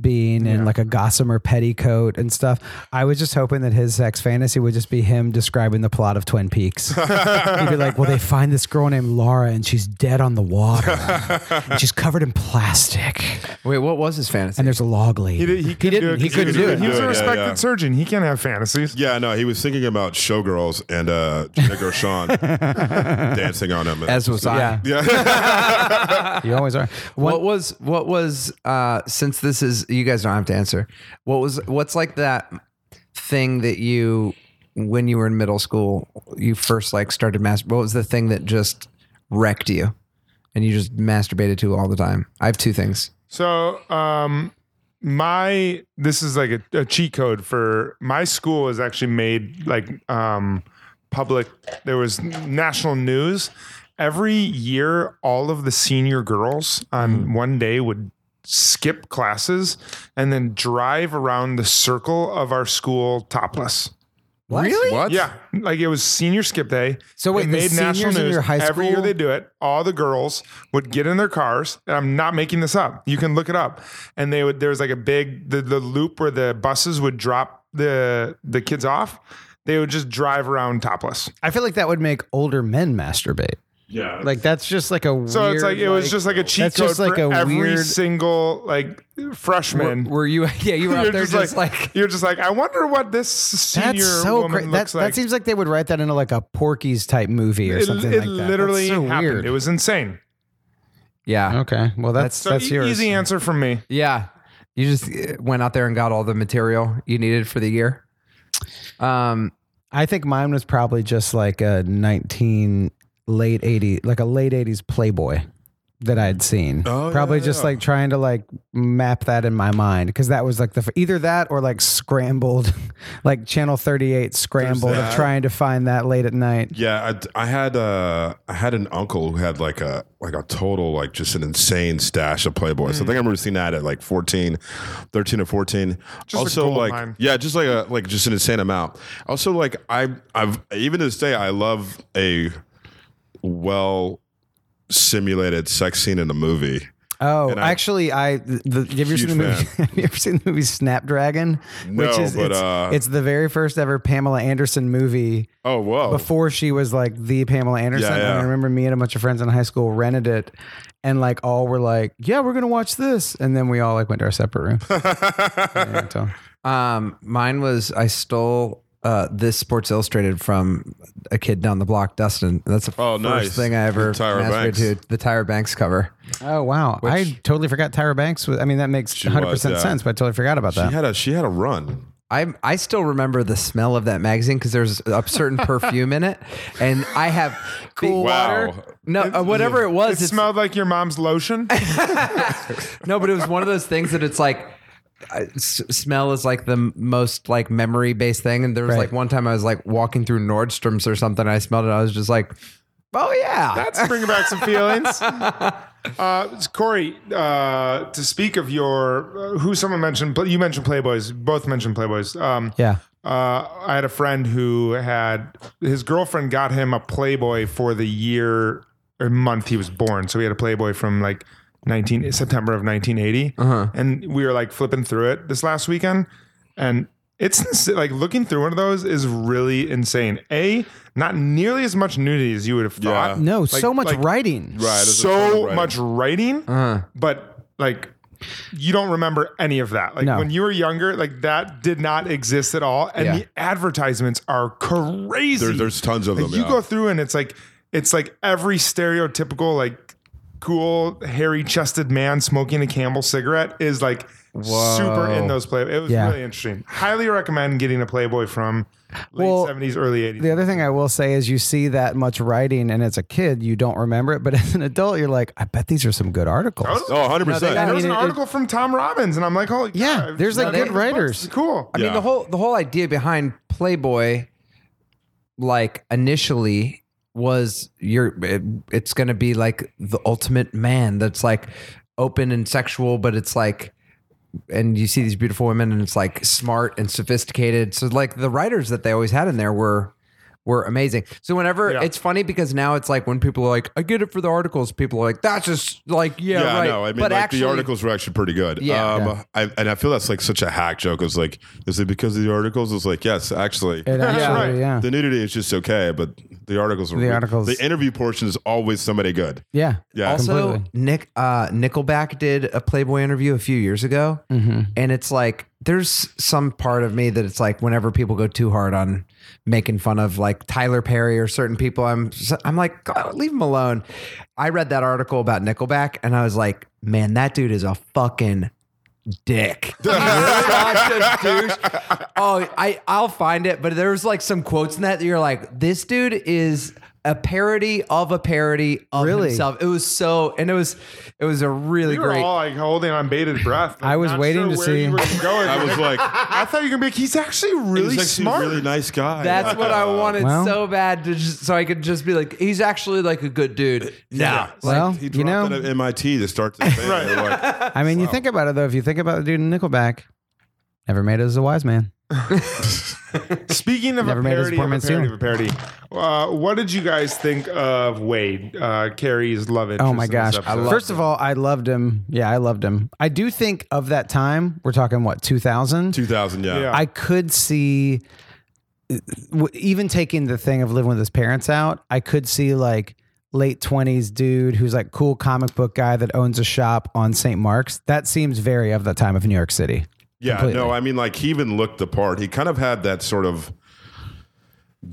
S5: being in like a gossamer petticoat and stuff. I was just hoping that his sex fantasy would just be him describing the plot of Twin Peaks. He'd be like, "Well, they find this girl named Laura, and she's dead on the water. And she's covered in plastic,
S7: Wait, what was his fantasy?
S5: and there's a log
S6: He,
S5: lead."
S6: did, he, couldn't do it.
S5: He
S6: 'cause
S5: couldn't do it.
S6: He was a
S8: Yeah, yeah,
S6: respected
S8: yeah.
S6: surgeon. He can't have fantasies.
S8: Yeah, no, he was thinking about showgirls and uh, Gina Gershon dancing on him.
S7: As was I.
S5: Yeah. You always are.
S7: what was what was uh since this is you guys don't have to answer what was what's like that thing that you when you were in middle school you first like started master what was the thing that just wrecked you and you just masturbated to all the time i have two things
S6: So, um, my this is like a, a cheat code for my school is actually made like um, public. There was national news every year. All of the senior girls on one day would skip classes and then drive around the circle of our school topless.
S5: really?
S8: What?
S6: Yeah, like it was senior skip day.
S5: So wait,
S6: It
S5: the seniors in your high
S6: every year
S5: school-
S6: they do it. All the girls would get in their cars, and I'm not making this up. You can look it up. And they would there was like a big the, the loop where the buses would drop the the kids off. They would just drive around topless.
S5: I feel like that would make older men masturbate.
S8: Yeah.
S5: Like that's just like a
S6: So it's like it was just like a cheat
S5: that's
S6: code
S5: just like
S6: for
S5: a
S6: every
S5: weird-
S6: single like freshman.
S7: were you yeah you were out
S6: You're
S7: there just, like,
S6: you're just like I wonder what this senior
S5: That's so
S6: woman
S5: great. That,
S6: looks like.
S5: that seems like they would write that into like a Porky's type movie or
S6: it,
S5: something
S6: it
S5: like that. That's
S6: literally
S5: so
S6: happened.
S5: weird.
S6: It was insane.
S7: yeah
S5: okay. Well, that's
S6: So
S5: that's
S6: e-
S5: yours.
S6: easy answer from me.
S7: yeah you just uh, went out there and got all the material you needed for the year um
S5: I think mine was probably just like a nineteen late eighty, like a late eighties Playboy that I'd seen.
S8: Oh,
S5: probably
S8: yeah,
S5: just
S8: yeah.
S5: like trying to like map that in my mind because that was like the f- either that or like scrambled, like Channel Thirty Eight scrambled of
S8: that.
S5: trying to find that late at night.
S8: Yeah, I, I had uh, I had an uncle who had like a like a total like just an insane stash of Playboy. So I think
S6: Hmm.
S8: I remember seeing that at like 14, 13 or 14.
S6: Just a
S8: also
S6: gold
S8: like
S6: mine.
S8: yeah, just like a like just an insane amount. Also like I I've even to this day I love a well simulated sex scene in a movie.
S5: Oh,
S8: And I-
S5: actually, I the, have you ever
S8: Huge
S5: seen the movie? Have you ever seen the movie Snapdragon?
S8: No, but,
S5: it's,
S8: uh,
S5: it's the very first ever Pamela Anderson movie.
S8: Oh whoa.
S5: Before she was like the Pamela Anderson,
S8: Yeah,
S5: and
S8: yeah.
S5: I remember me and a bunch of friends in high school rented it, and like all were like, "Yeah, we're gonna watch this," and then we all like went to our separate room. uh, Yeah, so-
S7: Um, mine was I stole uh, this Sports Illustrated from a kid down the block, Dustin. That's the
S8: Oh,
S7: first
S8: nice.
S7: thing I ever
S8: The Tyra
S7: masturbated
S8: Banks.
S7: to. The Tyra Banks cover.
S5: oh wow, I totally forgot Tyra Banks. Was, I mean, that makes
S8: was,
S5: 100 percent
S8: yeah.
S5: sense, but I totally forgot about
S8: she
S5: that.
S8: had a she had a run.
S7: I I still remember the smell of that magazine because there's a certain perfume in it, and I have cool
S8: Wow.
S7: No, uh, whatever it
S6: It
S7: was, it's-
S6: smelled like your mom's lotion.
S7: No, but it was one of those things that it's like I- s- smell is like the m- most like memory based thing. And there was
S5: Right.
S7: like one time I was like walking through Nordstrom's or something. And I smelled it. I was just like, oh yeah,
S6: That's bringing back some feelings. Uh, Corey, uh, to speak of your, uh, who someone mentioned, but you mentioned Playboys, both mentioned Playboys. Um,
S5: Yeah.
S6: uh, I had a friend who had his girlfriend got him a Playboy for the year or month he was born. So he had a Playboy from like 19 September of 1980, and we were like flipping through it this last weekend, and It's ins- like looking through one of those is really insane. A, not nearly as much nudity as you would have thought.
S8: Yeah.
S5: No,
S6: Like-
S5: so much
S6: like-
S5: writing.
S8: Right. there's a ton of
S6: so
S8: writing.
S6: much writing,
S5: Uh-huh.
S7: Uh,
S6: but like you don't remember any of that. Like
S5: No.
S6: when you were younger, like that did not exist at all. And
S7: Yeah.
S6: the advertisements are crazy.
S8: There, there's tons of
S6: like
S8: them.
S6: you
S8: yeah.
S6: go through and it's like it's like every stereotypical like cool hairy chested man smoking a Campbell cigarette is like super in those play. It was
S5: Yeah.
S6: really interesting. Highly recommend getting a Playboy from late
S5: Well,
S6: 70s, early 80s.
S5: The other thing I will say is you see that much writing, and as a kid, you don't remember it. But as an adult, you're like, I bet these are some good articles.
S6: Totally.
S8: Oh,
S5: No,
S8: 100
S5: they
S8: percent.
S5: got- I
S6: there was
S5: mean,
S6: an
S5: it-
S6: article from Tom Robbins, and I'm like, holy
S5: Yeah,
S6: God,
S5: there's, like,
S6: I've read
S5: good
S6: those books.
S5: writers.
S6: It's cool.
S7: I mean,
S8: Yeah.
S7: the whole the whole idea behind Playboy, like initially, was you're it, it's going to be like the ultimate man that's like open and sexual, but it's like, and you see these beautiful women, and it's like smart and sophisticated. So like the writers that they always had in there were were amazing. So whenever
S6: Yeah.
S7: it's funny because now it's like when people are like, I get it for the articles, people are like, that's just like yeah,
S8: yeah,
S7: right.
S8: no, I mean,
S7: but
S8: like
S7: actually,
S8: the articles were actually pretty good.
S7: Yeah.
S8: um, I, and I feel that's like such a hack joke. It's like, is it because of the articles? It's like, yes, actually,
S5: It actually,
S6: right.
S5: yeah.
S8: the nudity is just okay, but the articles are
S5: The
S8: weird.
S5: articles-
S8: the interview portion is always somebody good.
S5: Yeah.
S8: Yeah,
S7: also,
S5: Completely.
S7: Nick uh, Nickelback did a Playboy interview a few years ago,
S5: Mm-hmm.
S7: and it's like there's some part of me that it's like whenever people go too hard on making fun of like Tyler Perry or certain people, I'm I'm like God, leave him alone. I read that article about Nickelback, and I was like, man, that dude is a fucking dick. He's such a douche. Oh, I I'll find it, but there's like some quotes in that that you're like, this dude is a parody of a parody of
S5: Really?
S7: himself. It was so, and it was it was a
S6: We
S7: really
S6: were
S7: great.
S6: all like holding on bated breath. like,
S5: I was
S6: not
S5: waiting
S6: sure
S5: to
S6: where
S5: see.
S6: You were going.
S8: I was like,
S6: I thought you were gonna be like, he's actually really
S8: he's actually
S6: smart.
S8: a really nice guy.
S7: that's what I wanted
S5: Well-
S7: so bad to just, so I could just be like, he's actually like a good dude. No,
S8: Yeah.
S5: Well,
S8: He dropped
S5: you know,
S8: out of MIT to start this band.
S6: Right.
S8: They're like,
S5: I mean, you think about it though. If you think about the dude in Nickelback, never made it as a wise man.
S6: Speaking of
S5: Never
S6: a
S5: made his
S6: parody, of a
S5: apartment
S6: parody, of a parody uh, what did you guys think of Wade? Uh, Carrie's love interest.
S5: Oh my
S6: in
S5: gosh!
S6: this episode?
S5: First of all, I loved him. Yeah, I loved him. I do think of that time. We're talking what 2000.
S8: 2000, yeah.
S6: Yeah.
S5: I could see, uh, w- even taking the thing of living with his parents out, I could see like late 20s dude who's like cool comic book guy that owns a shop on St. Mark's. That seems very of the time of New York City.
S8: Yeah,
S5: Completely.
S8: no, I mean, like he even looked the part. He kind of had that sort of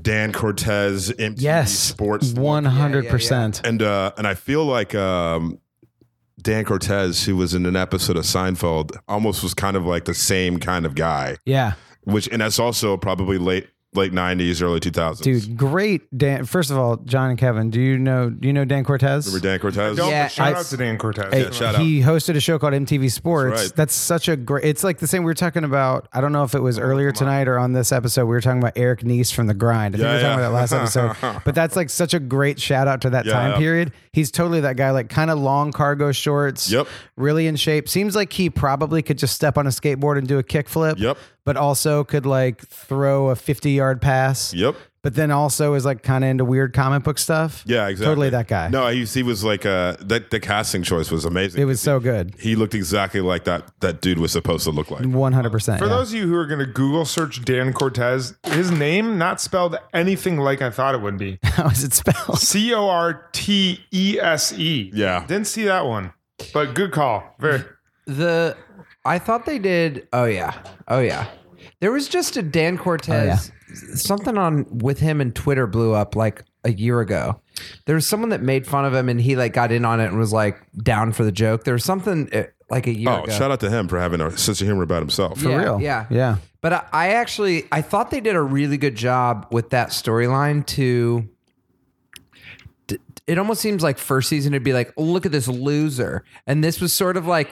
S8: Dan Cortez MTV
S5: Yes,
S8: sports look.
S5: 100%.
S8: and uh, and I feel like um, Dan Cortez, who was in an episode of Seinfeld, almost was kind of like the same kind of guy.
S5: yeah.
S8: Which and that's also probably late late nineties, early two thousands.
S5: Dude, great Dan. First of all, John and Kevin, do you know do you know Dan Cortez?
S8: remember Dan Cortez?
S6: Don't,
S7: Yeah,
S6: but shout
S5: I-
S6: out to Dan Cortez.
S5: Hey,
S8: Yeah, shout out.
S5: he hosted a show called MTV Sports.
S8: That's
S5: That's,
S8: right.
S5: such a great. It's like the same we were talking about. I don't know if it was earlier tonight or on this episode. We were talking about Eric Neese from The Grind. I think
S8: Yeah,
S5: we were talking
S8: yeah.
S5: about that last episode. but that's like such a great shout out to that
S8: Yeah,
S5: time
S8: yeah.
S5: period. He's totally that guy, like kind of long cargo shorts.
S8: Yep.
S5: Really in shape. Seems like he probably could just step on a skateboard and do a kickflip.
S8: Yep.
S5: But also could like throw a 50 yard pass.
S8: Yep.
S5: But then also is like kind of into weird comic book stuff.
S8: Yeah, exactly.
S5: Totally that guy.
S8: No, he, he was like uh that the casting choice was amazing.
S5: It was so good.
S8: he looked exactly like that that dude was supposed to look like.
S5: 100%.
S6: For
S5: yeah.
S6: those of you who are going to Google search Dan Cortez, his name not spelled anything like I thought it would be.
S5: How is it spelled?
S6: C O R T E S E.
S8: Yeah.
S6: Didn't see that one, but good call. Very.
S7: The I thought they did. Oh yeah. Oh yeah. There was just a Dan Cortez something on with him and Twitter blew up like a year ago. There was someone that made fun of him and he like got in on it and was like down for the joke. There was something uh, like a year
S8: Oh,
S7: ago.
S8: shout out to him for having a sense of humor about himself.
S5: For
S7: Yeah,
S5: real.
S7: yeah.
S5: Yeah.
S7: But I, I actually I thought they did a really good job with that storyline to d- it almost seems like first season it'd be like "Oh, look at this loser and this was sort of like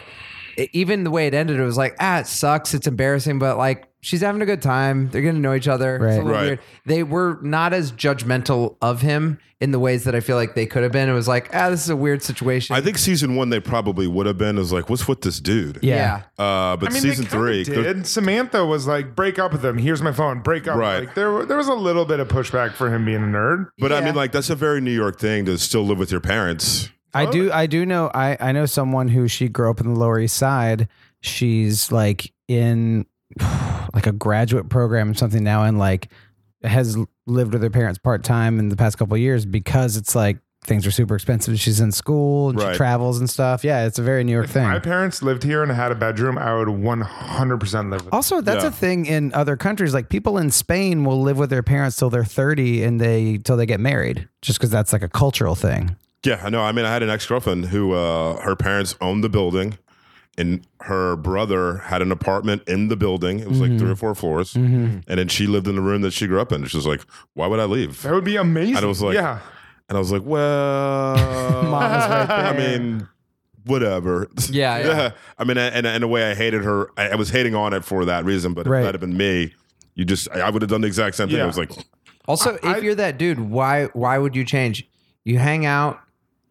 S7: e, even the way it ended it was like ah it sucks it's embarrassing but like she's having a good time they're gonna know each other It's a
S5: Right.
S7: little
S8: Right.
S7: weird. they were not as judgmental of him in the ways that I feel like they could have been it was like ah this is a weird situation
S8: I think season one they probably would have been is like, what's with this dude?
S5: Yeah.
S7: yeah
S8: Uh, but
S6: I mean, they
S8: season
S6: kinda
S8: three,
S6: did. Samantha was like, "Break up with him. Here's my phone. Break up."
S8: Right.
S6: Like, there, there was a little bit of pushback for him being a nerd.
S8: but I
S7: Yeah.
S8: mean, like that's a very New York thing to still live with your parents.
S5: I do I do know I I know someone who she grew up in the Lower East Side. She's like in like a graduate program or something now and like has lived with her parents part time in the past couple of years because it's like things are super expensive. She's in school and
S8: Right.
S5: she travels and stuff. Yeah, it's a very New York thing.
S6: My parents lived here and had a bedroom. I would 100% live with them.
S5: Also, that's
S8: Yeah.
S5: a thing in other countries. Like people in Spain will live with their parents till they're 30 and they till they get married just because that's like a cultural thing.
S8: Yeah, I know. I mean, I had an ex girlfriend who uh, her parents owned the building, and her brother had an apartment in the building. It was like three or four floors, and then she lived in the room that she grew up in. She was like, "Why would I leave?"
S6: That would be amazing.
S8: And I was like-
S6: yeah.
S8: And I was like, "Well,
S5: Mom is right
S8: I
S5: there.
S8: mean, whatever."
S7: Yeah, yeah.
S8: I mean, and in a way, I hated her. I, I was hating on it for that reason. But
S5: Right.
S8: if that had been me, you just I, I would have done the exact same thing.
S6: Yeah.
S8: I was like,
S7: Also,
S6: I-
S7: if you're that dude, why why would you change? You hang out,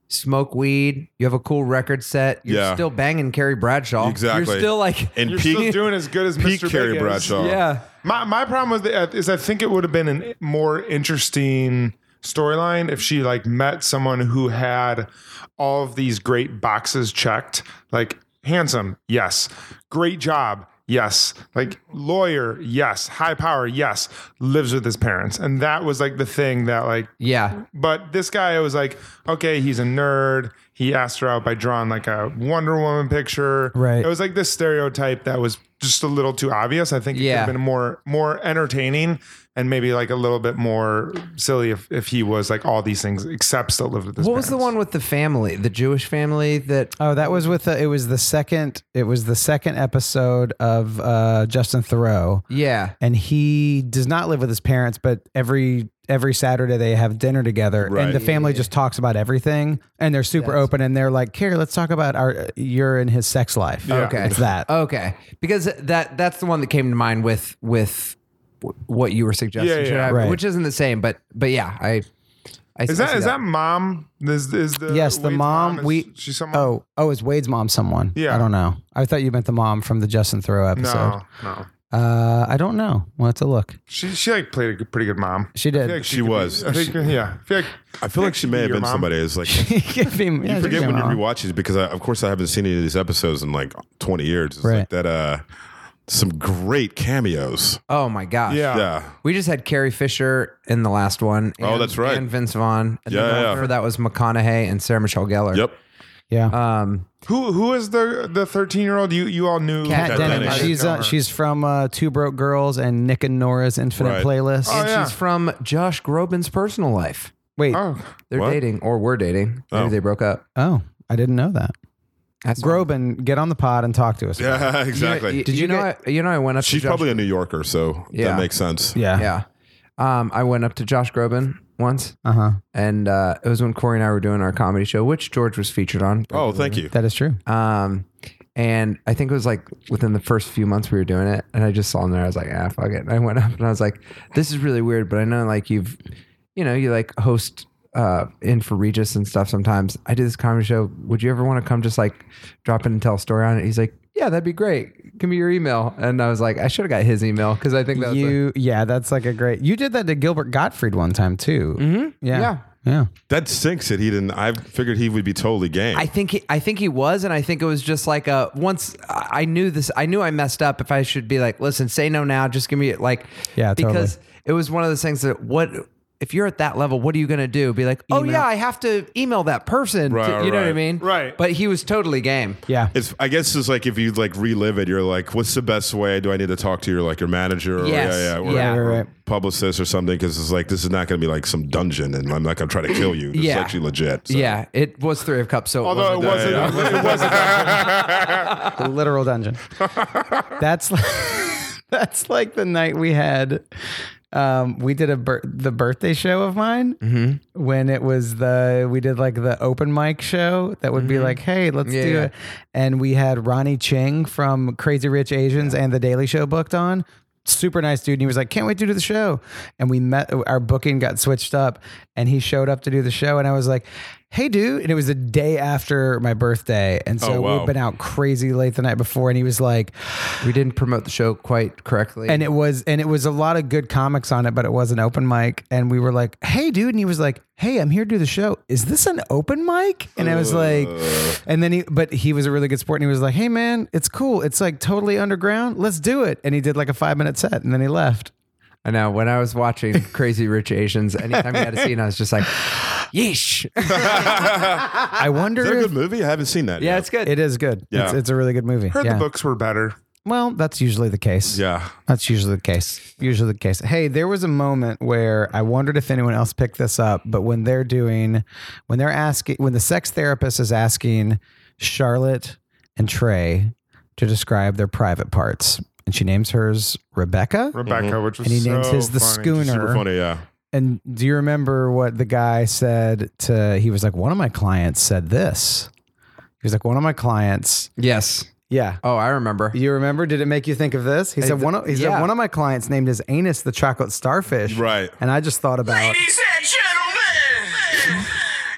S7: smoke weed, you have a cool record set, you're
S8: Yeah.
S7: still banging Carrie Bradshaw.
S8: Exactly.
S7: You're still like
S8: and
S6: You're
S8: peak,
S6: still doing as good as
S8: peak
S6: Mr.
S8: Carrie
S6: Big is.
S8: Bradshaw.
S7: Yeah.
S6: My my problem with that is I think it would have been a more interesting storyline if she like met someone who had all of these great boxes checked, like handsome, yes, great job, yes, like lawyer, yes, high power, yes, lives with his parents, and that was like the thing that like.
S7: Yeah.
S6: But this guy was like, okay, he's a nerd. He asked her out by drawing like a Wonder Woman picture.
S5: Right.
S6: It was like this stereotype that was just a little too obvious. I think it
S7: Yeah.
S6: could have been more more entertaining and maybe like a little bit more silly if, if he was like all these things except still lived with his
S7: What was the
S6: parents.
S7: one with the family, the Jewish family that
S5: Oh, that was with the, it was the second it was the second episode of uh, Justin Thoreau,
S7: Yeah.
S5: and he does not live with his parents, but every every Saturday they have dinner together,
S8: Right.
S5: and the family just talks about everything, and they're super
S7: Yes.
S5: open, and they're like, "Here, let's talk about our your and his sex life."
S7: Okay.
S5: it's that.
S7: Okay. Because that that's the one that came to mind with with w- what you were suggesting
S6: Yeah,
S7: should
S6: yeah.
S7: happen,
S5: Right.
S7: which isn't the same, but but yeah, I I
S6: Is that is that mom? Is, is the
S5: yes, the
S6: Wade's
S5: mom.
S6: is
S5: we
S6: she someone?
S5: oh oh is Wade's mom someone?
S6: Yeah.
S5: I don't know. I thought you meant the mom from the Justin Thoreau episode.
S6: no, no.
S5: Uh, I don't know. We'll have to look.
S6: She she like played a good- pretty good mom.
S5: She
S6: I
S5: did.
S6: feel like
S8: She
S6: could be-
S8: was.
S6: I think, yeah. I feel like,
S8: I feel like she may have
S6: Your
S8: been
S6: mom?
S8: somebody. It's like
S5: Give him- yeah,
S8: you forget
S5: give him
S8: when you
S5: all.
S8: rewatch these because I, of course I haven't seen any of these episodes in like 20 years. It's
S5: Right.
S8: like that uh some great cameos.
S7: Oh my gosh.
S6: yeah.
S8: yeah.
S7: We just had Carrie Fisher in the last one.
S8: Oh, that's right.
S7: And Vince Vaughn. And
S8: Yeah,
S7: the one
S8: yeah.
S7: before that was McConaughey and Sarah Michelle Gellar.
S8: Yep.
S5: Yeah.
S7: Um,
S6: Who who is the the thirteen year old you you all knew?
S5: Kat
S8: Kat
S5: Dennings.
S8: Dennings.
S5: She's uh,
S6: Or-
S5: she's from uh, Two Broke Girls and Nick and Nora's Infinite
S8: Right.
S5: Playlist.
S6: Oh, yeah.
S7: She's from Josh Groban's personal life.
S5: Wait, oh.
S6: Oh,
S7: They're
S8: What?
S7: dating or were dating. Maybe
S8: Oh.
S7: they broke up.
S5: I didn't know that.
S7: That's
S5: Groban, get on the pod and talk to us. about
S8: Yeah,
S7: You know-
S8: exactly.
S7: You, Did you,
S5: you
S7: know? I, you know, I went up.
S8: She's
S7: to Josh,
S8: probably a New Yorker, so
S7: Yeah.
S8: that makes sense.
S5: it. Yeah.
S7: yeah. Um, I went up to Josh Groban once,
S5: Uh huh.
S7: and uh, it was when Corey and I were doing our comedy show, which George was featured on.
S8: Oh, thank you.
S5: That is true.
S7: Um, and I think it was like within the first few months we were doing it, and I just saw him there. I was like, ah, fuck it. And I went up and I was like, this is really weird, but I know like you've, you know, you like host uh in for Regis and stuff sometimes. I do this comedy show. Would you ever want to come just like drop in and tell a story on it? He's like, yeah, that'd be great. Give me your email. And I was like, I should have got his email because I think that was a-
S5: You yeah, that's like a great. You did that to Gilbert Gottfried one time too. Mm-hmm. Yeah.
S7: Yeah.
S5: Yeah. Yeah.
S8: That sinks that he didn't. I figured he would be totally game.
S7: I think he, I think he was, and I think it was just like a once I I knew this, I knew I messed up. If I should be like, listen, say no now, just give me it, like,
S5: Yeah, totally.
S7: because it was one of those things that what if you're at that level, what are you gonna do? Be like, oh yeah, I have to email that person, to-
S8: Right,
S7: you know what I
S8: right.
S7: mean?
S6: Right.
S7: But he was totally game.
S8: it's, I guess it's like if you like relive it, you're like, what's the best way? Do I need to talk to your like your manager or
S7: Yes.
S8: yeah, yeah, or,
S7: Yeah.
S8: or
S5: Right, right.
S8: publicist or something? Because it's like this is not going to be like some dungeon, and I'm not going to try to kill you. This
S7: Yeah.
S8: is actually legit. So.
S7: Yeah, it was three of cups. So
S6: although it
S7: wasn't-
S6: wasn't, it wasn't
S5: The literal dungeon. that's like, that's like the night we had. Um, we did a bir- the birthday show of mine when it was the we did like the open mic show that would be like, hey, let's
S7: Yeah,
S5: do
S7: yeah.
S5: it, and we had Ronnie Ching from Crazy Rich Asians and The Daily Show booked on. Super nice dude, and he was like, "Can't wait to do the show." And we met. Our booking got switched up, and he showed up to do the show, and I was like, "Hey, dude!" And it was the day after my birthday, and so
S8: Oh, wow.
S5: we've been out crazy late the night before. And he was like,
S7: We didn't promote the show quite correctly.
S5: and it was and it was a lot of good comics on it, but it was an open mic. And we were like, "Hey, dude!" And he was like, "Hey, I'm here to do the show. Is this an open mic?" And I was like,
S8: Uh.
S5: and then he, but he was a really good sport, and he was like, "Hey, man, it's cool. It's like totally underground. Let's do it." And he did like a five minute set, and then he left.
S7: I know. When I was watching Crazy Rich Asians, anytime we had a scene, I was just like, yeesh.
S5: I wonder.
S8: Is that a
S5: if,
S8: good movie? I haven't seen that.
S7: Yeah,
S8: yet.
S7: it's good.
S5: it is good.
S8: Yeah.
S5: It's, it's a really good movie.
S6: Heard
S5: yeah.
S6: the books were better.
S5: Well, that's usually the case.
S8: Yeah.
S5: That's usually the case. Usually the case. Hey, there was a moment where I wondered if anyone else picked this up, but when they're doing, when they're asking, when the sex therapist is asking Charlotte and Trey to describe their private parts, and she names hers Rebecca,
S6: Rebecca,
S8: Mm-hmm.
S6: which was
S5: and he
S6: so
S5: names his the
S6: funny.
S8: Super
S5: schooner.
S8: funny. Yeah.
S5: And do you remember what the guy said to? He was like, one of my clients said this. He was like, one of my clients.
S7: Yes.
S5: Yeah,
S7: Oh, I remember.
S5: you remember? Did it make you think of this? He said
S7: th-
S5: one. Of, he said
S7: yeah.
S5: one of my clients named his anus the chocolate starfish.
S8: Right.
S5: And I just thought about
S10: Ladies and gentlemen,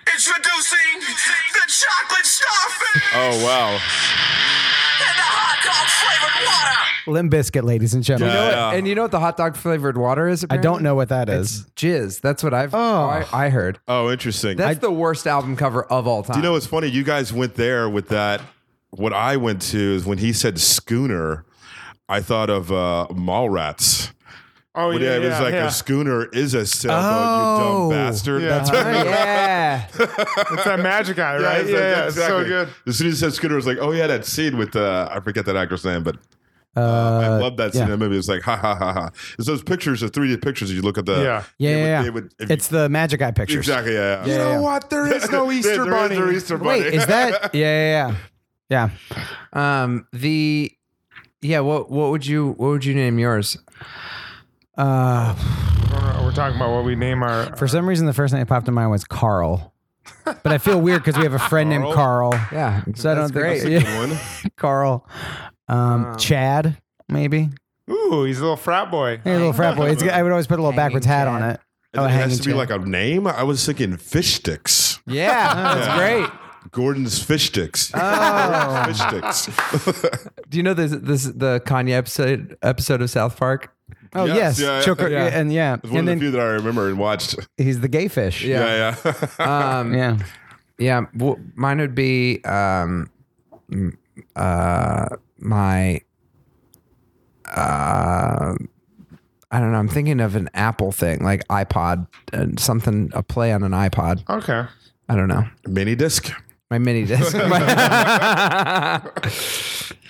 S10: introducing the chocolate starfish
S8: Oh wow.
S10: and the hot dog flavored water.
S5: Limp Biscuit, ladies and gentlemen.
S8: Yeah, yeah.
S7: And you know what the hot dog flavored water is?
S5: I don't know what that
S7: It's
S5: is.
S7: jizz. That's what I've.
S5: Oh.
S7: I, I heard.
S8: Oh, interesting.
S7: That's the worst album cover of all time.
S8: You know, it's funny. You guys went there with that. What I went to is when he said schooner, I thought of uh, mall rats.
S6: Oh
S8: But
S6: yeah,
S8: yeah, it was
S6: yeah,
S8: like
S6: yeah.
S8: a schooner is a sailboat,
S5: Oh. Uh-huh.
S8: you dumb bastard.
S6: Yeah.
S8: That's
S6: That's
S7: yeah.
S6: it's that magic eye, right? Yeah, yeah, it's so good.
S8: As soon as he said schooner, I was like, oh yeah, that scene with uh, I forget that actor's name, but
S5: Uh,
S8: I love that scene
S5: yeah.
S8: in that movie. It's like ha ha ha ha. It's those pictures, the 3D pictures. You look at the
S6: Yeah.
S5: yeah,
S8: it
S5: yeah,
S8: would-
S5: yeah.
S8: it would- if
S5: it's the Magic Eye pictures.
S8: exactly
S5: Yeah,
S8: yeah. yeah.
S5: yeah, yeah.
S6: what? There is no Easter
S8: there is
S6: bunny.
S8: no Easter bunny.
S5: Wait, is that? Yeah, yeah, yeah.
S7: um. The. Yeah. What What would you What would you name yours?
S5: Yeah. Uh,
S6: We're talking about what we name our.
S5: for some reason, the first thing that popped in my mind was Carl. But I feel weird because we have a friend named Carl.
S7: Yeah.
S5: So I don't
S7: that's great.
S5: think
S8: That's a
S5: yeah,
S8: good one.
S5: Carl. Um,
S7: Um,
S5: Chad, maybe.
S6: Ooh, he's a little frat boy.
S5: Hey, little frat boy. It's, I would always put a little
S7: Hanging
S5: backwards hat on
S7: Chad.
S5: it.
S8: And it
S5: hanging
S8: has to be
S5: Chad.
S8: like a name. I was thinking fish sticks.
S7: Yeah. That's great.
S8: Gordon's fish sticks.
S7: Oh.
S8: fish sticks.
S7: Do you know this this the Kanye episode episode of South Park?
S5: Oh yes,
S8: Yes, yeah,
S5: Choker,
S7: yeah.
S5: and yeah,
S8: It's
S5: and
S8: one of the
S5: then
S8: few that I remember and watched.
S5: he's the gay fish.
S7: Yeah.
S8: Yeah, yeah.
S7: Um,
S5: yeah.
S7: Yeah, w- mine would be um, m- uh, my. Uh, I don't know. I'm thinking of an Apple thing, like iPod, and something a play on an iPod.
S6: Okay.
S7: I don't know.
S8: Mini disc.
S7: My mini disc.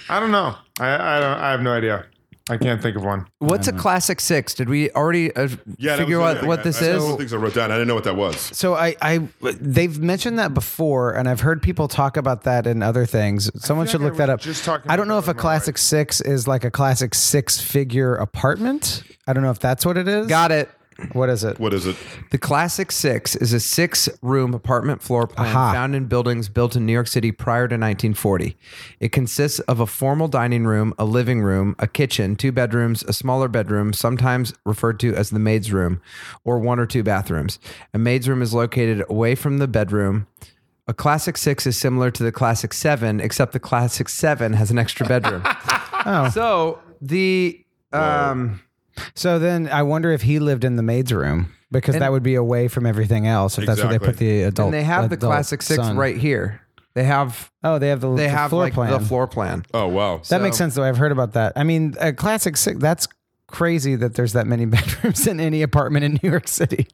S6: I don't know. I I, don't, I have no idea. I can't think of one.
S7: What's a classic six? Did we already uh,
S8: Yeah, that
S7: figure
S8: was
S7: out
S8: the thing. I-
S7: what this
S8: I, That's one of the
S7: is?
S8: things I wrote down. I didn't know what that was.
S5: So I, I, they've mentioned that before, and I've heard people talk about that in other things. Someone
S6: feel
S5: should
S6: like
S5: look
S6: I
S5: that up.
S6: was just talking
S5: I don't
S6: about
S5: know if
S6: that
S5: a
S6: with my
S5: classic six is like a classic six-figure apartment. I don't know if that's what it is.
S7: Got it.
S5: What is it?
S8: What is it?
S7: The Classic Six is a six room apartment floor plan
S5: Aha.
S7: found in buildings built in New York City prior to 1940. It consists of a formal dining room, a living room, a kitchen, two bedrooms, a smaller bedroom, sometimes referred to as the maid's room, or one or two bathrooms. A maid's room is located away from the bedroom. A Classic Six is similar to the Classic Seven, except the Classic Seven has an extra bedroom.
S5: Oh.
S7: So the. Um,
S5: So then I wonder if he lived in the maid's room because that would be away from everything else. If that's where they
S8: Exactly.
S5: put the adult.
S7: and they have the
S5: adult
S7: Classic Six
S5: son.
S7: right here. They have
S5: Oh, they have the,
S7: they
S5: the
S7: have
S5: floor
S7: like
S5: plan.
S7: the floor plan.
S8: Oh wow.
S5: That makes
S7: So-
S5: sense, though. I've heard about that. I mean, a classic six. That's crazy that there's that many bedrooms in any apartment in New York City.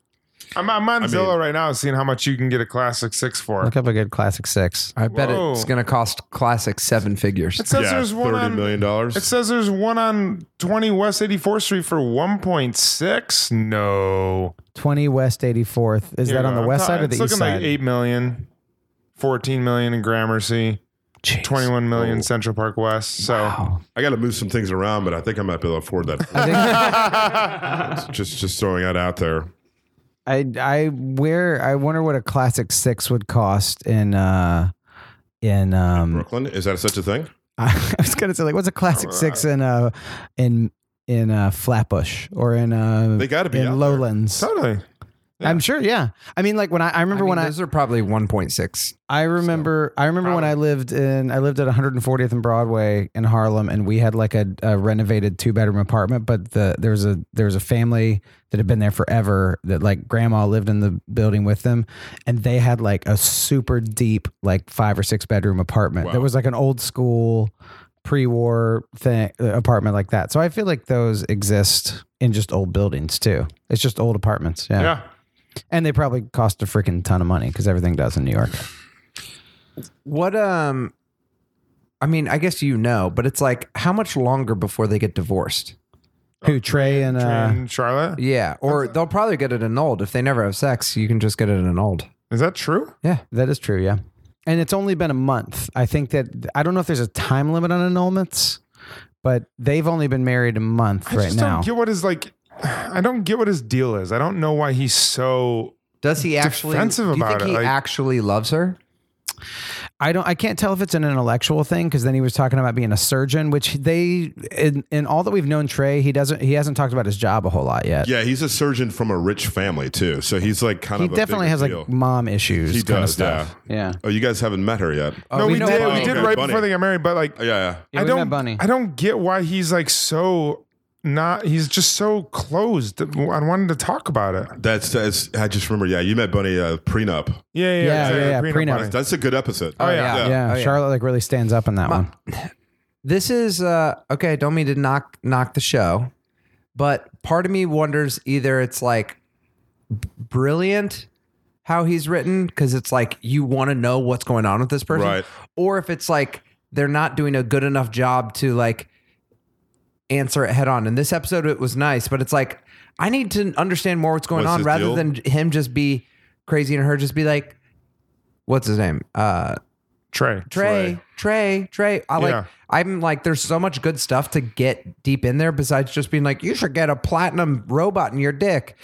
S6: I'm, I'm on
S8: I mean-
S6: Zillow right now, seeing how much you can get a classic six for.
S5: Look up a good classic six.
S7: I bet
S6: Whoa.
S7: it's going to cost classic seven figures.
S6: It says
S8: yeah,
S6: there's one
S8: thirty
S6: on.
S8: million
S6: It
S8: dollars.
S6: says there's one on 20 West 84th Street for 1.6. No.
S5: Twenty West Eighty Fourth. Is
S6: Here
S5: that
S6: you
S5: on
S6: go.
S5: the west
S6: It's
S5: side or
S6: it's
S5: the east
S6: looking
S5: side?
S6: like 8 million, 14 million in Gramercy, 21
S5: Oh.
S6: million Central Park West. So
S8: I got to move some things around, but I think I might be able to afford that.
S5: I,
S8: just just throwing that out there.
S5: think, I I where I wonder what a classic six would cost in uh in um.
S8: Brooklyn is that such a thing?
S5: I was gonna say like what's a classic six in uh in in uh Flatbush or in uh
S8: They gotta be out
S5: in
S8: there.
S5: Lowlands.
S6: totally.
S5: I'm sure. Yeah. I mean, like when I, I remember
S7: I mean,
S5: when I
S7: those are probably 1.6.
S5: I remember I remember when I lived in I lived at 140th and Broadway in Harlem and we had like a, a renovated two bedroom apartment but the there was a there was a family that had been there forever that like grandma lived in the building with them and they had like a super deep like five or six bedroom apartment that was like an old school pre-war thing uh, apartment like that so I feel like those exist in just old buildings too it's just old apartments yeah,
S6: Yeah.
S5: and they probably cost a freaking ton of money because everything does in New York.
S7: What um I mean, I guess you know, but it's like how much longer before they get divorced?
S5: Who Trey and uh,
S6: Train Charlotte?
S7: Yeah, or they'll probably get it annulled if they never have sex. You can just get it annulled.
S6: Is that true?
S7: Yeah,
S5: that is true, yeah. And it's only been a month. I think that I don't know if there's a time limit on annulments, but they've only been married a month
S6: I
S5: right
S6: just
S5: now.
S6: don't get what his like. I don't get what his deal is. I don't know why he's so.
S7: does he actually?
S6: Defensive
S7: do you
S6: about
S7: think
S6: it,
S7: he
S6: like-
S7: actually loves her?
S5: I don't. I can't tell if it's an intellectual thing because then he was talking about being a surgeon, which they in, in all that we've known Trey, he doesn't. He hasn't talked about his job a whole lot yet.
S8: Yeah, he's a surgeon from a rich family too, so he's like kind
S5: he
S8: of. a
S5: definitely
S8: bigger
S5: has
S8: deal.
S5: like mom issues.
S8: He
S5: kind
S8: does,
S5: of stuff. Yeah.
S8: Oh, you guys haven't met her yet.
S7: Oh,
S6: no, we,
S7: know
S6: did.
S7: Bunny.
S6: We did
S8: Okay,
S6: right
S8: Bunny.
S6: before they got married, but like,
S8: Oh, yeah,
S5: Yeah,
S6: I
S5: we met
S6: don't.
S5: Bunny.
S6: I don't get why he's like so not. He's just so closed. I wanted to talk about it.
S8: that's that's. I just remember. Yeah, you met Bunny uh, prenup.
S6: Yeah, yeah,
S5: Yeah, yeah, yeah, prenup.
S6: Bunny.
S8: That's a good episode.
S6: Oh, yeah.
S5: Yeah.
S7: Oh, yeah.
S5: Charlotte like really stands up in that
S7: Ma-
S5: one.
S7: This is uh okay, I don't mean to knock knock the show, but part of me wonders either it's like b- brilliant how he's written cuz it's like you want to know what's going on with this person
S8: Right.
S7: or if it's like they're not doing a good enough job to like answer it head on. In this episode it was nice, but it's like I need to understand more what's going
S8: What's
S7: on
S8: his
S7: rather
S8: deal?
S7: than him just be crazy and her just be like what's his name? Uh
S6: Trey.
S7: Trey, Trey, Trey. I
S6: Yeah.
S7: like. I'm like. There's so much good stuff to get deep in there besides just being like, you should get a platinum robot in your dick.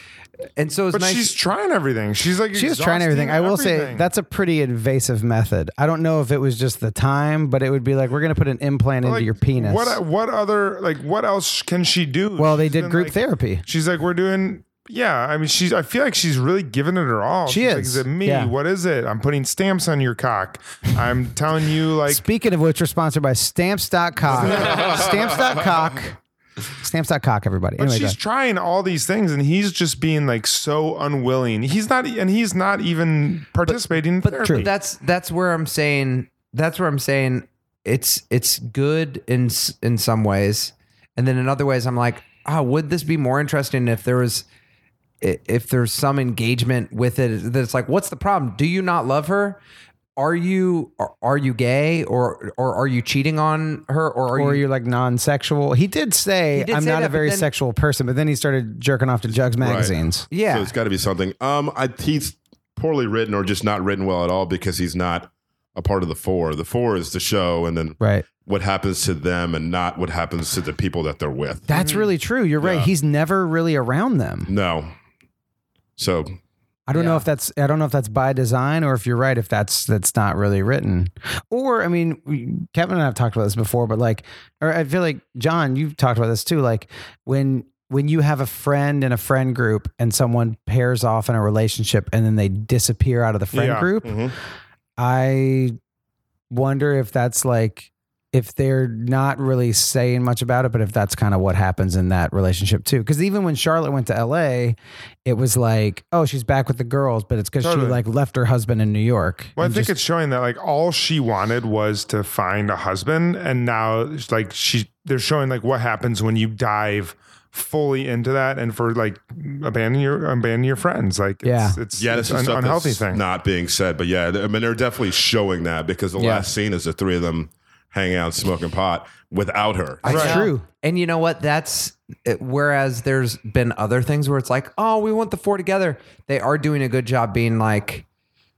S7: And so it's
S6: But
S7: nice.
S6: she's trying everything. She's like
S5: She was trying everything. I will say that's a pretty invasive method. I don't know if it was just the time, but it would be like we're going to put an implant into your penis.
S6: What what other like what else can she do?
S5: well, they
S6: She's
S5: did
S6: been,
S5: group
S6: like-
S5: therapy.
S6: She's like we're doing. Yeah, I mean she's. I feel like she's really giving it her all.
S5: She
S6: she's Like,
S5: is.
S6: is it me?
S5: Yeah.
S6: What is it? I'm putting stamps on your cock. I'm telling you, like
S5: Speaking of which, we're sponsored by stamps.cock. stamps.cock. Stamps.cock, everybody.
S6: But
S5: Anyway,
S6: she's
S5: guys.
S6: trying all these things, and he's just being like so unwilling. He's not, and he's not even participating. in
S7: but
S6: therapy.
S7: but that's that's where I'm saying. That's where I'm saying it's it's good in s- in some ways, and then in other ways I'm like, ah, would this be more interesting if there was i- if there's some engagement with it that it's like what's the problem do you not love her are you are- are you gay or or are you cheating on her or are
S5: or
S7: you
S5: you're like non sexual. He did say,
S7: He did
S5: I'm
S7: say
S5: not
S7: that,
S5: a
S7: but
S5: very
S7: then-
S5: sexual person, but then he started jerking off to Jugs magazines.
S7: yeah
S8: So it's got to be something. Um, I, he's poorly written or just not written well at all because he's not a part of the four. The four is the show, and then
S5: Right.
S8: what happens to them, and not what happens to the people that they're with.
S6: Mm-hmm.
S5: That's really true. You're right.
S8: Yeah.
S5: He's never really around them.
S8: No. So
S5: I don't know
S7: Yeah.
S5: if that's I don't know if that's by design or if you're right if that's that's not really written. Or I mean, we, Kevin and I've talked about this before, but like, or I feel like John, you've talked about this too. Like when when you have a friend in a friend group and someone pairs off in a relationship and then they disappear out of the friend
S6: Yeah.
S5: group,
S8: Mhm.
S5: I wonder if that's like if they're not really saying much about it, but if that's kind of what happens in that relationship too. Because even when Charlotte went to LA, it was like, oh, she's back with the girls, but it's because she
S6: Totally.
S5: like left her husband in New York.
S6: Well, I
S5: and
S6: think
S5: just-
S6: it's showing that like all she wanted was to find a husband, and now it's like she, they're showing like what happens when you dive fully into that, and for like abandon your abandon your friends. Like, it's,
S5: Yeah.
S6: it's
S8: yeah,
S6: it's
S8: that's
S6: an
S8: stuff
S6: unhealthy
S8: that's
S6: thing.
S8: not being said. But yeah, I mean they're definitely showing that because the
S5: Yeah.
S8: last scene is the three of them hanging out smoking pot without her.
S7: I
S5: It's
S7: know.
S5: true.
S7: and you know what that's it- whereas there's been other things where it's like oh we want the four together they are doing a good job being like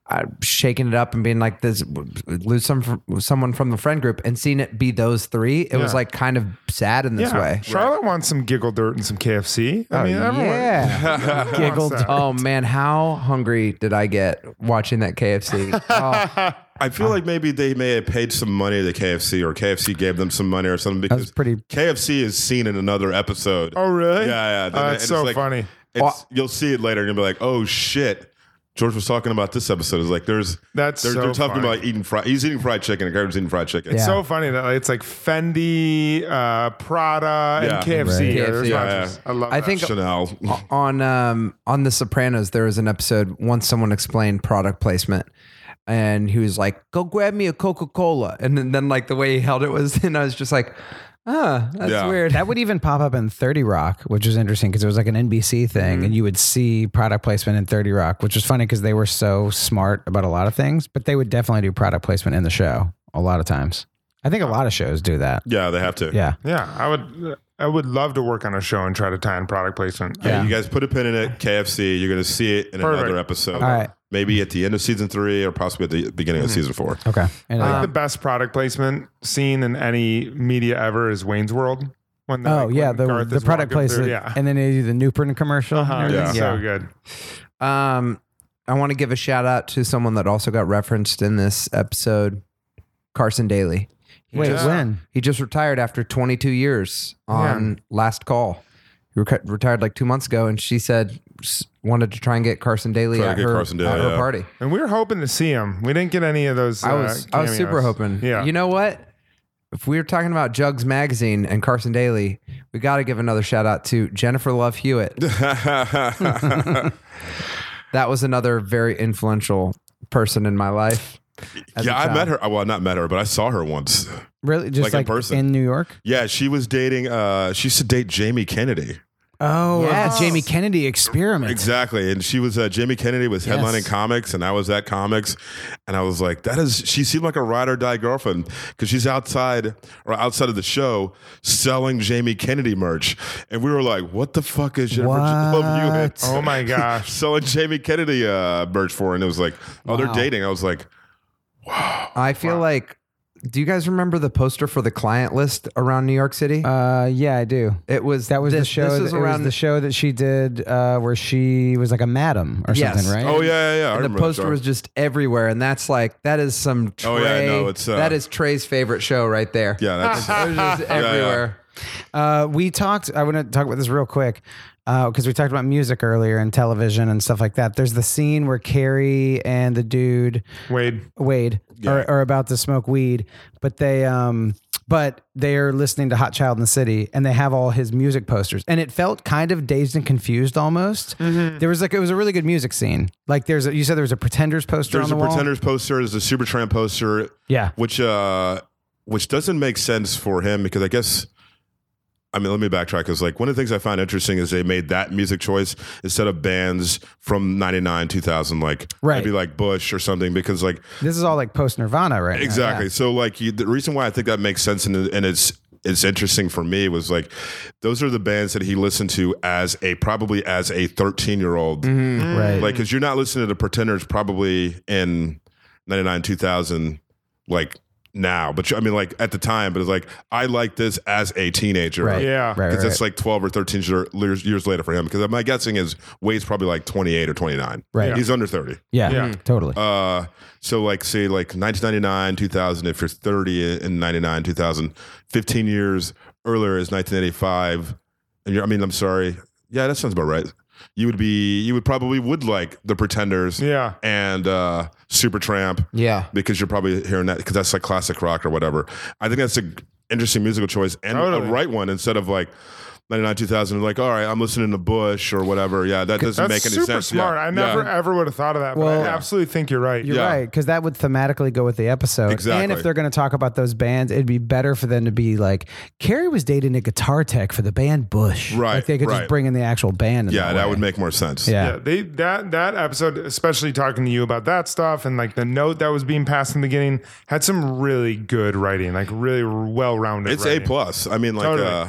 S7: uh, shaking it up and being like this lose some fr- someone from the friend group and seeing it be those three it was
S6: Yeah.
S7: like kind of sad in this
S6: yeah,
S7: way
S6: Charlotte wants some giggle dirt and some KFC. I mean, everyone,
S7: yeah
S6: everyone wants
S5: Giggle
S6: that.
S7: oh man how hungry did i get watching that kfc oh,
S8: I feel like maybe they may have paid some money to KFC or KFC gave them some money or something
S5: That was
S8: because
S5: pretty.
S8: KFC is seen in another episode.
S6: Oh, really?
S8: Yeah, yeah.
S6: Oh,
S8: And
S6: that's
S8: it's
S6: so
S8: like-
S6: funny.
S8: It's, you'll see it later and you'll be like, oh shit. George was talking about this episode. It's like there's
S6: That's
S8: they're,
S6: so
S8: they're talking
S6: funny.
S8: about eating fried. He's eating fried chicken. And Gary's eating fried chicken.
S5: Yeah.
S6: So funny that like, it's like Fendi, uh, Prada,
S8: Yeah.
S6: and KFC.
S7: Right.
S6: are
S7: KFC,
S6: those
S8: yeah.
S6: sponsors. I love.
S7: I
S6: that.
S7: think-
S8: Chanel.
S7: on um on the Sopranos, there was an episode once someone explained product placement, and he was like, "Go grab me a Coca Cola," and then, then like the way he held it was, and I was just like, "Ah, that's
S8: Yeah.
S7: weird."
S5: That would even pop up in 30 Rock, which was interesting because it was like an NBC thing,
S7: Mm-hmm.
S5: and you would see product placement in 30 Rock, which was funny because they were so smart about a lot of things, but they would definitely do product placement in the show a lot of times. I think a lot of shows do that.
S8: yeah, they have to.
S5: Yeah.
S6: Yeah, I would. I would love to work on a show and try to tie in product placement.
S8: Hey, you guys put a pin in it. KFC. You're gonna see it in
S6: Perfect.
S8: another episode.
S5: All right.
S8: Maybe at the end of season three or possibly at the beginning
S6: Mm-hmm.
S8: of season four.
S5: Okay. And,
S6: I
S5: uh,
S6: think
S7: Um,
S6: the best product placement scene in any media ever is Wayne's World. When the-
S5: oh,
S6: like,
S5: yeah.
S6: when
S5: The,
S6: Garth
S5: the
S6: is
S5: product
S6: walking
S5: placement.
S6: through- Yeah, Uh-huh.
S5: And then they do the Newpern commercial.
S6: Dude,
S8: yeah.
S6: it's so good.
S7: Um, I want to give a shout out to someone that also got referenced in this episode, Carson Daly. He
S5: Wait,
S7: just,
S5: when?
S7: he just retired after 22 years on Last Call. He rec- retired like two months ago, and she said s- wanted to try and get Carson Daly
S8: Try to
S7: at,
S8: get
S7: her,
S8: Carson Daly,
S7: at her
S8: yeah.
S7: party.
S6: And we were hoping to see him. We didn't get any of those.
S7: I
S6: uh,
S7: was I was super
S6: cameos.
S7: hoping.
S6: Yeah,
S7: You know what? If we were talking about Jugs Magazine and Carson Daly, we got to give another shout out to Jennifer Love Hewitt. That was another very influential person in my life. as a
S8: yeah, I
S7: child.
S8: met her. Well, not met her, but I saw her once.
S5: Really? Just
S8: Like
S5: like,
S8: in person.
S5: in New York?
S8: Yeah, she was dating. Uh, she used to date Jamie Kennedy.
S5: Oh,
S7: Yes.
S5: the Jamie Kennedy experiment.
S8: Exactly. And she was uh, Jamie Kennedy was
S5: Yes.
S8: headlining comics, and I was at comics, and I was like, that is. She seemed like a ride or die girlfriend because she's outside or outside of the show selling Jamie Kennedy merch, and we were like, what the fuck is Jennifer Love Hewitt?
S6: Oh my gosh.
S8: selling Jamie Kennedy uh, merch for, her? and it was like, oh, they're
S5: Wow.
S8: dating. I was like,
S7: I feel like. Do you guys remember the poster for the client list around New York City?
S5: Uh, yeah, I do.
S7: it was
S5: That was
S7: this,
S5: the show.
S7: This
S5: That,
S7: was
S5: it
S7: around
S5: was the show that she did uh, where she was like a madam or
S7: Yes.
S5: something, right?
S8: oh yeah, yeah, yeah. I
S7: and the
S8: remember that
S7: poster
S8: show.
S7: was just everywhere, and that's like that is some Trey,
S8: Oh, yeah, no, it's, uh,
S7: that is Trey's favorite show right there.
S8: yeah, that's
S7: it was just everywhere.
S5: Uh, we talked. I want to talk about this real quick because we talked about music earlier and television and stuff like that. There's the scene where Carrie and the dude
S6: Wade.
S5: Wade are, are about to smoke weed, but they um but they are listening to Hot Child in the City and they have all his music posters. And it felt kind of dazed and confused almost. There was like it was a really good music scene. Like there's a, you said there was a pretenders poster
S8: There's
S5: on the
S8: a
S5: wall.
S8: Pretenders poster. There's a Supertramp poster.
S5: Yeah.
S8: which uh, which doesn't make sense for him because I guess. I mean, let me backtrack. Because like one of the things I found interesting is they made that music choice instead of bands from '99, 2000, like
S5: Right.
S8: maybe like Bush or something. Because like
S5: This is all like post Nirvana, right? now.
S8: Exactly. So like you, the reason why I think that makes sense and, and it's it's interesting for me was like those are the bands that he listened to as a probably as a 13 year old
S5: Mm-hmm. Yeah. Right.
S8: like because you're not listening to Pretenders probably in 99 2000 like now but you- I mean like at the time but it's like I like this as a teenager
S5: Right.
S6: Yeah.
S5: right, right,
S8: Because that's
S5: right.
S8: like 12 or 13 year- years, years later for him. Because my guessing is Wade's probably like 28 or 29.
S5: Right.
S8: He's under 30.
S5: yeah,
S6: Yeah.
S5: totally.
S8: Uh, so like say like 1999, 2000. If you're 30 in 99, 2000, 15 years earlier is 1985. And you're, I mean, I'm sorry. Yeah, that sounds about right. You would be, you would probably would like the Pretenders
S6: Yeah.
S8: and uh, Supertramp
S7: Yeah,
S8: because you're probably hearing that because that's like classic rock or whatever. I think that's a g- interesting musical choice and
S6: Totally.
S8: a right one instead of like 99, 2000. Like, all right, I'm listening to Bush or whatever. Yeah, that doesn't
S6: That's
S8: make any
S6: super
S8: sense. Yeah,
S6: smart. I never
S8: yeah.
S6: ever would have thought of that.
S5: Well-
S6: but I absolutely think you're right.
S5: You're
S8: Yeah.
S5: right, because that would thematically go with the episode. And
S8: Exactly.
S5: if they're going to talk about those bands, it'd be better for them to be like, Carrie was dating a guitar tech for the band Bush.
S8: Right,
S5: Like they could
S8: right.
S5: just bring in the actual band. in
S8: Yeah, that
S5: way.
S8: would make more sense.
S5: Yeah.
S6: yeah, they that that episode, especially talking to you about that stuff and like the note that was being passed in the beginning, had some really good writing, like really well rounded.
S8: it's a plus i mean like
S6: Totally.
S8: uh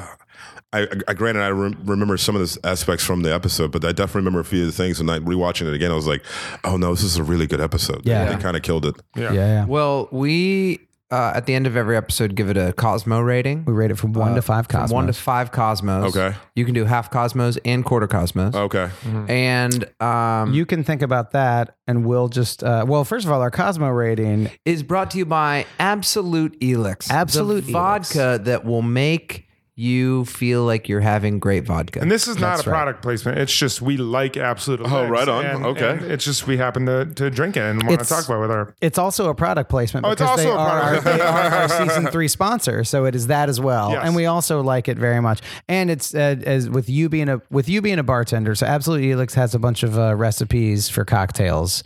S8: I, I granted I rem- remember some of the aspects from the episode, but I definitely remember a few of the things. And I rewatching it again, I was like, "Oh no, this is a really good episode."
S5: Yeah.
S8: they kind of killed it.
S5: Yeah. yeah.
S7: Well, we uh, at the end of every episode give it a Cosmo rating.
S5: We rate it from one
S7: Uh,
S5: to five
S7: from
S5: cosmos.
S7: One to five Cosmos.
S8: Okay. Oh.
S7: You can do half Cosmos and quarter Cosmos.
S8: Okay.
S7: Mm-hmm. And
S8: Mm.
S7: um,
S5: you can think about that, and we'll just uh, well. First of all, our Cosmo rating
S7: is brought to you by Absolute Elix.
S5: Absolute
S7: the
S5: Elix.
S7: vodka that will make you feel like you're having great vodka.
S6: And this is not
S5: That's
S6: a
S5: right.
S6: product placement. It's just we like absolute. Elix,
S8: Oh, right on.
S6: and-
S8: Okay.
S6: and it's just we happen to, to drink it and want
S5: It's-
S6: to talk about it with our.
S5: It's also a product placement
S6: Oh, it's
S5: because they,
S6: also a
S5: are our,
S6: product.
S5: they are our season three sponsor, so it is that as well.
S6: Yes.
S5: And we also like it very much. And it's uh, as with you being a with you being a bartender, so Absolute Elix has a bunch of uh, recipes for cocktails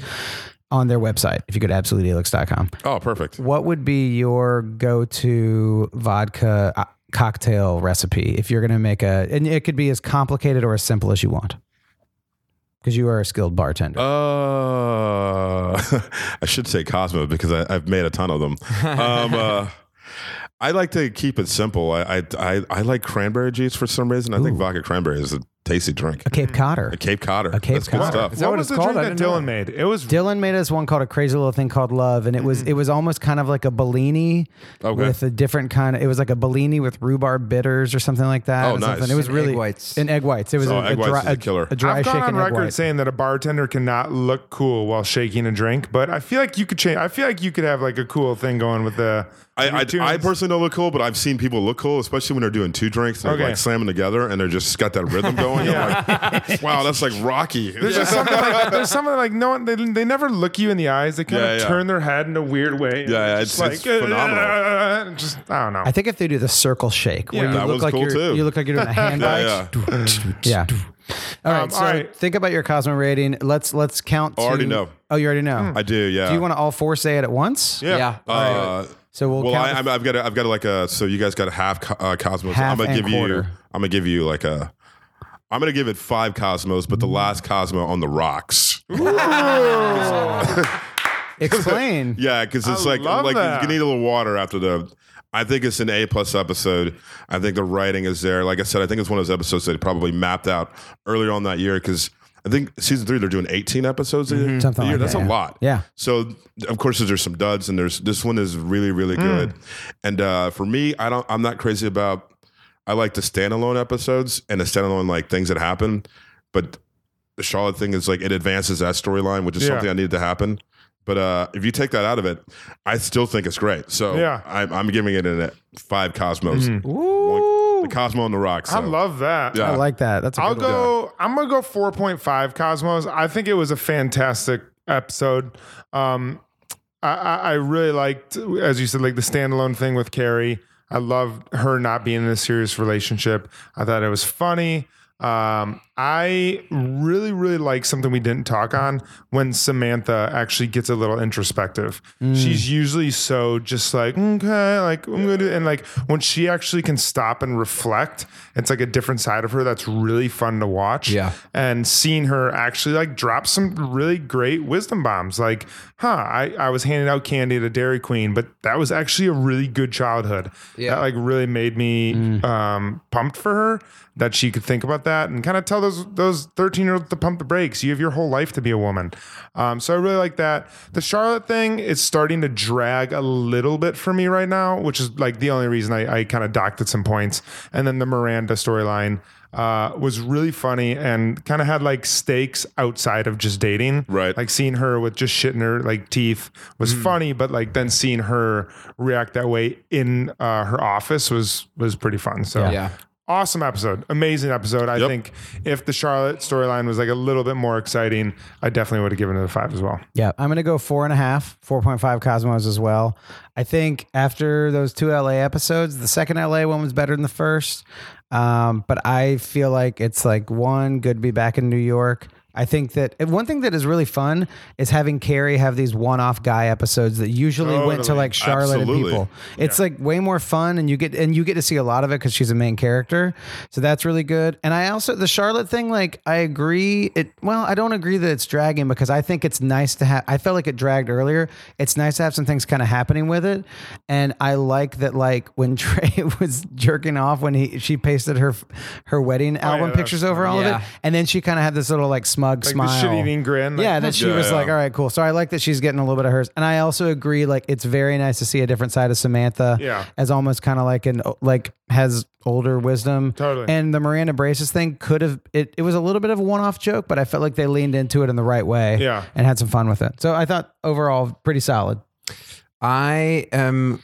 S5: on their website. If you go to absoluteelix.com,
S8: Oh, perfect.
S5: what would be your go to vodka uh, cocktail recipe if you're going to make a? And it could be as complicated or as simple as you want, because you are a skilled bartender.
S8: Uh, I should say Cosmo because I, I've made a ton of them. Um, uh, I like to keep it simple. I, I I I like cranberry juice for some reason. I think vodka cranberry is a tasty drink.
S5: a
S6: Mm.
S5: Cape Codder.
S8: A Cape Codder.
S5: A Cape
S8: That's good
S5: Codder.
S8: stuff.
S7: that what
S6: was
S7: it's
S6: the
S7: called? I
S6: drink that
S7: didn't know
S6: Dylan made? It was
S5: Dylan made us one called a crazy little thing called love, and it was it was almost kind of like a Bellini
S8: Mm-hmm. Okay.
S5: with a different kind of. It was like a Bellini with rhubarb bitters or something like that.
S8: Oh,
S5: or
S8: nice.
S5: something. It was
S7: And
S5: really
S7: egg whites.
S5: and egg whites. It was
S8: Oh,
S5: a,
S8: egg whites
S5: dry,
S8: is a killer.
S5: a dry
S6: I've gone
S5: shaken
S6: on
S5: egg
S6: record
S5: white.
S6: saying that a bartender cannot look cool while shaking a drink, but I feel like you could change. I feel like you could have like a cool thing going with the.
S8: I, I,
S6: Looney
S8: I
S6: Tunes.
S8: personally don't look cool, but I've seen people look cool, especially when they're doing two drinks and they're
S6: Okay.
S8: like slamming together and they're just got that rhythm going. I'm like, wow, that's like Rocky.
S6: There's just something like there's something like no one they, they never look you in the eyes. They kind
S8: Yeah,
S6: of
S8: yeah.
S6: turn their head in a weird way. and
S8: Yeah, yeah,
S6: just
S8: it's- it's
S6: like,
S8: phenomenal.
S6: "Uh," just I don't know.
S5: I think if they do the circle shake, where
S6: Yeah.
S5: you
S8: That
S5: look
S8: was
S5: like
S8: cool,
S5: you're,
S8: too.
S5: you look like you're doing a hand
S8: Yeah,
S5: bite. Yeah. All right.
S6: Um,
S5: so
S6: all right.
S5: think about your Cosmo rating. Let's let's count.
S8: I already
S5: to-
S8: know.
S5: Oh, you already know.
S8: I do, yeah.
S5: Do you want to all four say it at once?
S8: Yeah.
S7: Yeah.
S8: Uh,
S5: So we'll,
S8: well,
S5: count.
S8: I, I'm- I've got, a, I've got a, like a. So you guys got a half co- uh, cosmos.
S5: Half
S8: I'm gonna
S5: and
S8: give you.
S5: quarter.
S8: I'm gonna give you like a. I'm gonna give it five cosmos, but the
S5: Mm.
S8: last cosmo on the rocks.
S5: explain.
S8: Yeah, because it's
S6: I
S8: like
S6: love
S8: like
S6: that.
S8: you need a little water after the. I think it's an A plus episode. I think the writing is there. Like I said, I think it's one of those episodes that probably mapped out earlier on that year because I think season three they're doing 18 episodes a year.
S5: Mm-hmm. Something
S8: a year.
S5: like
S8: That's
S5: that,
S8: a
S5: yeah.
S8: lot.
S5: Yeah.
S8: So of course there's some duds and there's this one is really really
S6: Hmm.
S8: good, and uh, for me I don't I'm not crazy about I like the standalone episodes and the standalone like things that happen, but the Charlotte thing is like it advances that storyline, which is
S6: Yeah.
S8: something I needed to happen. But uh, if you take that out of it, I still think it's great. So
S6: Yeah. Hmm.
S8: I'm, I'm giving it an uh, five cosmos. One- The Cosmo on the rocks.
S6: I love that.
S8: Yeah.
S5: I like that. That's a
S6: I'll
S5: good one.
S6: go. I'm gonna go 4.5 Cosmos. I think it was a fantastic episode. Um, I, I, I really liked, as you said, like the standalone thing with Carrie. I loved her not being in a serious relationship. I thought it was funny. Um, I really, really like something we didn't talk on when Samantha actually gets a little introspective. She's usually so just like, okay, like I'm gonna do, and like when she actually can stop and reflect, it's like a different side of her that's really fun to watch.
S7: Yeah.
S6: And seeing her actually like drop some really great wisdom bombs. Like, huh, I, I was handing out candy to Dairy Queen, but that was actually a really good childhood.
S7: Yeah.
S6: That like really made me um, pumped for her that she could think about that and kind of tell those those 13 year olds to pump the brakes. You have your whole life to be a woman. Um, so I really like that. The Charlotte thing is starting to drag a little bit for me right now, which is like the only reason I, I kind of docked at some points. And then the Miranda storyline uh, was really funny and kind of had like stakes outside of just dating.
S8: Right.
S6: Like seeing her with just shit in her like teeth was funny, but like then seeing her react that way in uh, her office was was pretty fun. So
S7: yeah.
S6: awesome episode, amazing episode. I
S8: Yep.
S6: think if the Charlotte storyline was like a little bit more exciting, I definitely would have given it a five as well.
S5: Yeah, I'm gonna go four and a half, four point five Cosmos as well. I think after those two LA episodes, the second LA one was better than the first. Um, but I feel like it's like one good to be back in New York. I think that and one thing that is really fun is having Carrie have these one-off guy episodes that usually went to
S6: Totally.
S5: like Charlotte and
S8: Absolutely.
S5: people. It's like way more fun, and you get and you get to see a lot of it because she's a main character, so that's really good. And I also the Charlotte thing, like I agree. It well, I don't agree that it's dragging because I think it's nice to have. I felt like it dragged earlier. It's nice to have some things kind of happening with it, and I like that. Like when Trey was jerking off when he she pasted her her wedding album
S6: that's
S5: pictures over all
S7: Yeah.
S5: of it, and then she kind of had this little like smug
S6: Like
S5: smile.
S6: the shit eating grin. like,
S5: yeah, that she
S8: Yeah,
S5: was
S8: yeah.
S5: like, all right, cool. So I like that she's getting a little bit of hers. And I also agree, like, it's very nice to see a different side of Samantha
S6: Yeah.
S5: as almost kind of like an, like, has older wisdom.
S6: Totally.
S5: And the Miranda Braces thing could have, it, it was a little bit of a one off joke, but I felt like they leaned into it in the right way
S6: Yeah.
S5: and had some fun with it. So I thought overall, pretty solid.
S7: I am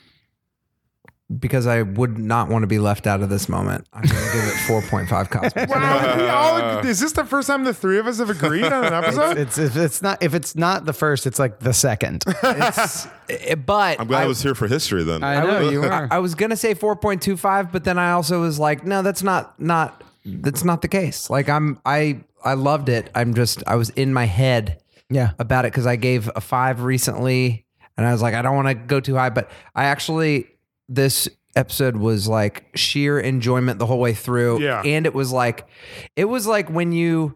S7: because I would not want to be left out of this moment. I'm going to give it 4.5 cosmos.
S6: Wow, we all, is this the first time the three of us have agreed on an episode?
S5: It's, if it's not, if it's not the first, it's like the second.
S7: It's- eh, but
S8: I'm glad I,
S7: I-
S8: was here for history then.
S5: I know you
S7: I,
S5: were.
S7: I was gonna say 4.25, but then I also was like, no, that's not not that's not the case. Like I'm I I loved it. I'm just I was in my head
S5: Yeah.
S7: about it because I gave a five recently, and I was like, I don't want to go too high, but I actually this episode was like sheer enjoyment the whole way through.
S6: Yeah.
S7: and it was like, it was like when you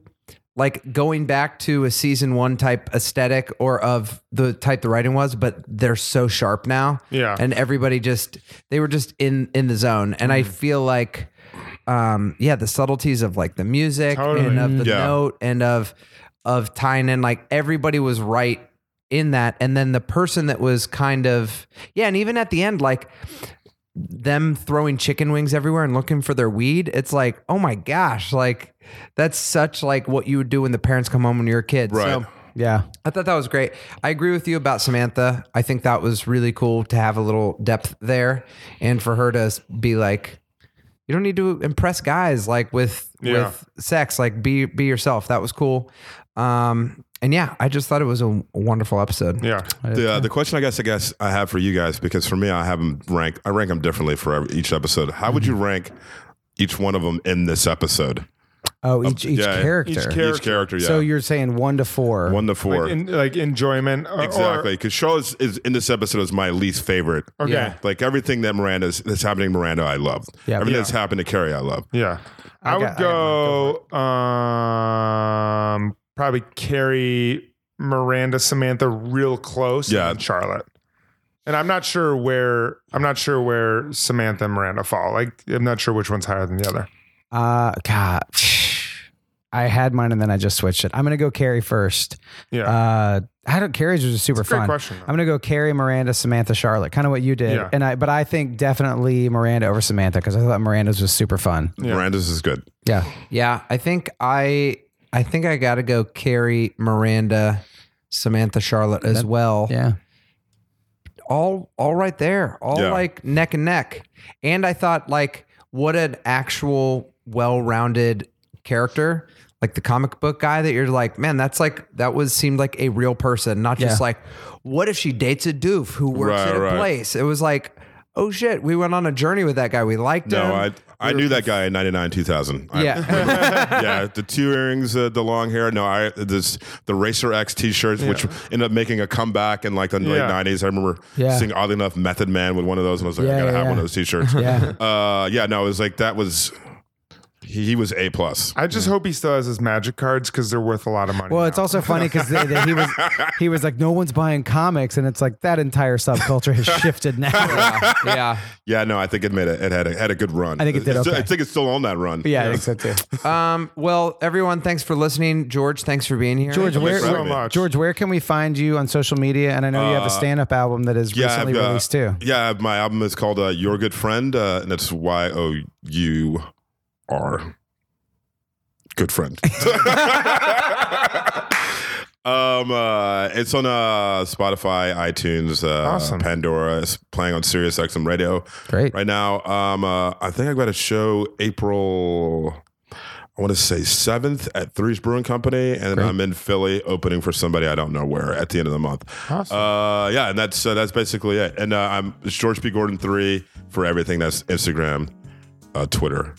S7: like going back to a season one type aesthetic or of the type the writing was, but they're so sharp now.
S6: Yeah.
S7: and everybody just they were just in in the zone, and
S6: Mm.
S7: I feel like. Um, yeah, the subtleties of like the music
S6: Totally.
S7: and of the
S8: Yeah.
S7: note and of of tying in like everybody was right in that and then the person that was kind of yeah and even at the end like them throwing chicken wings everywhere and looking for their weed it's like oh my gosh like that's such like what you would do when the parents come home when you're a kid
S8: Right.
S7: so
S5: Yeah.
S7: I thought that was great. I agree with you about Samantha. I think that was really cool to have a little depth there and for her to be like you don't need to impress guys like with
S6: Yeah.
S7: with sex like be be yourself. That was cool. Um and yeah, I just thought it was a wonderful episode.
S6: yeah.
S8: the, uh, the question I guess I guess I have for you guys because for me I have them rank I rank them differently for every, each episode. How would you rank each one of them in this episode?
S5: Oh, each, each
S8: yeah, each
S5: character.
S6: Each
S8: Each
S6: character.
S8: character, yeah.
S5: So you're saying one to four.
S8: one to four.
S6: Like, en- like enjoyment. Or, or-
S8: Exactly, because Charlotte is in this episode is my least favorite.
S6: okay.
S7: Yeah.
S8: Like everything that Miranda's that's happening, to Miranda, I love.
S5: Yeah.
S8: everything
S5: Yeah.
S8: that's happened to Carrie, I love.
S6: Yeah. I,
S5: got-
S6: would
S5: I got
S6: go, um probably Carrie, Miranda, Samantha real close. And
S8: Yeah.
S6: then Charlotte. And I'm not sure where I'm not sure where Samantha and Miranda fall. Like I'm not sure which one's higher than the other.
S5: Uh, God. I had mine and then I just switched it. I'm gonna go Carrie first.
S6: Yeah.
S5: Uh, I don't. Carrie's was super
S6: It's a great
S5: fun.
S6: question, though.
S5: I'm gonna go Carrie, Miranda, Samantha, Charlotte. Kind of what you did.
S6: Yeah.
S5: And I, but I think definitely Miranda over Samantha because I thought Miranda's was super fun.
S6: Yeah.
S8: Miranda's is good.
S5: Yeah.
S7: Yeah, I think I I think I got to go Carrie, Miranda, Samantha, Charlotte as well.
S5: Yeah.
S7: all all right there all
S8: Yeah.
S7: like neck and neck and i thought like what an actual well-rounded character like the comic book guy that you're like man that's like that was seemed like a real person not just
S5: Yeah.
S7: like what if she dates a doof who works
S8: Right,
S7: at a
S8: right.
S7: place it was like oh shit we went on a journey with that guy we liked him
S8: No, I I knew that guy in '99, 2000. I-
S7: yeah
S8: yeah, the two earrings, uh, the long hair. No, I this the Racer X T-shirts, which ended up making a comeback in like the late
S6: Yeah.
S8: nineties. I remember
S5: Yeah.
S8: seeing oddly enough Method Man with one of those, and I was like,
S5: Yeah,
S8: I gotta
S5: yeah,
S8: have
S5: yeah.
S8: one of those T-shirts.
S5: Yeah.
S8: uh, yeah, no, it was like that was he, he was a plus.
S6: I just hope he still has his magic cards because they're worth a lot of money.
S5: Well,
S6: now.
S5: it's also funny because he was he was like, no one's buying comics, and it's like that entire subculture has shifted now. yeah.
S7: yeah
S8: Yeah, no, I think it made a, it had a, had a good run.
S5: I think it did
S8: It's-
S5: okay.
S8: I think it's still on that run.
S5: I think so too.
S7: um well everyone thanks for listening george thanks for being here
S5: George, where,
S8: Thanks for
S5: where-
S8: having me.
S5: George, where can we find you on social media? And I know you
S6: Uh,
S5: have a stand-up album that is
S8: I've
S5: recently
S8: got-
S5: released too.
S8: Yeah, my album is called uh, Your Good Friend, uh, and it's Y O U R. Good friend. um, uh, it's on uh, Spotify, iTunes, uh,
S6: Awesome.
S8: Pandora. It's playing on Sirius XM Radio
S5: Great.
S8: right now. Um, uh, I think I've got a show April. I want to say seventh at Three's Brewing Company, and I'm in Philly opening for somebody I don't know where at the end of the month.
S6: Awesome.
S8: Uh, yeah, and that's uh, that's basically it. And uh, I'm it's George P. Gordon three for everything. That's Instagram, uh, Twitter,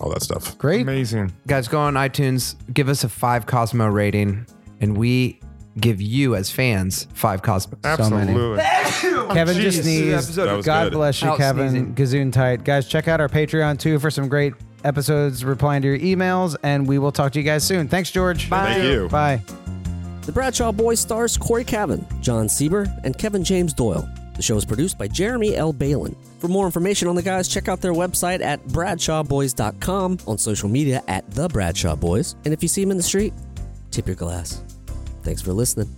S8: all that stuff.
S5: Great.
S6: amazing.
S7: guys go on itunes give us a five cosmo rating and we give you as fans five cosmos
S6: Absolutely.
S5: Kevin
S6: Jeez.
S5: just sneezed.
S8: That was
S5: God
S8: good.
S5: bless you,
S7: Out
S5: Kevin.
S7: sneezing.
S5: Gazoon tight. Guys, check out our Patreon too for some great episodes replying to your emails, and we will talk to you guys soon. Thanks, George. Bye.
S8: Thank you.
S5: Bye.
S11: The Bradshaw Boys stars Corey Cavan, John Sieber, and Kevin James Doyle. The show is produced by Jeremy L. Balin. For more information on the guys, check out their website at bradshawboys.com, on social media at The Bradshaw Boys, and if you see them in the street, tip your glass. Thanks for listening.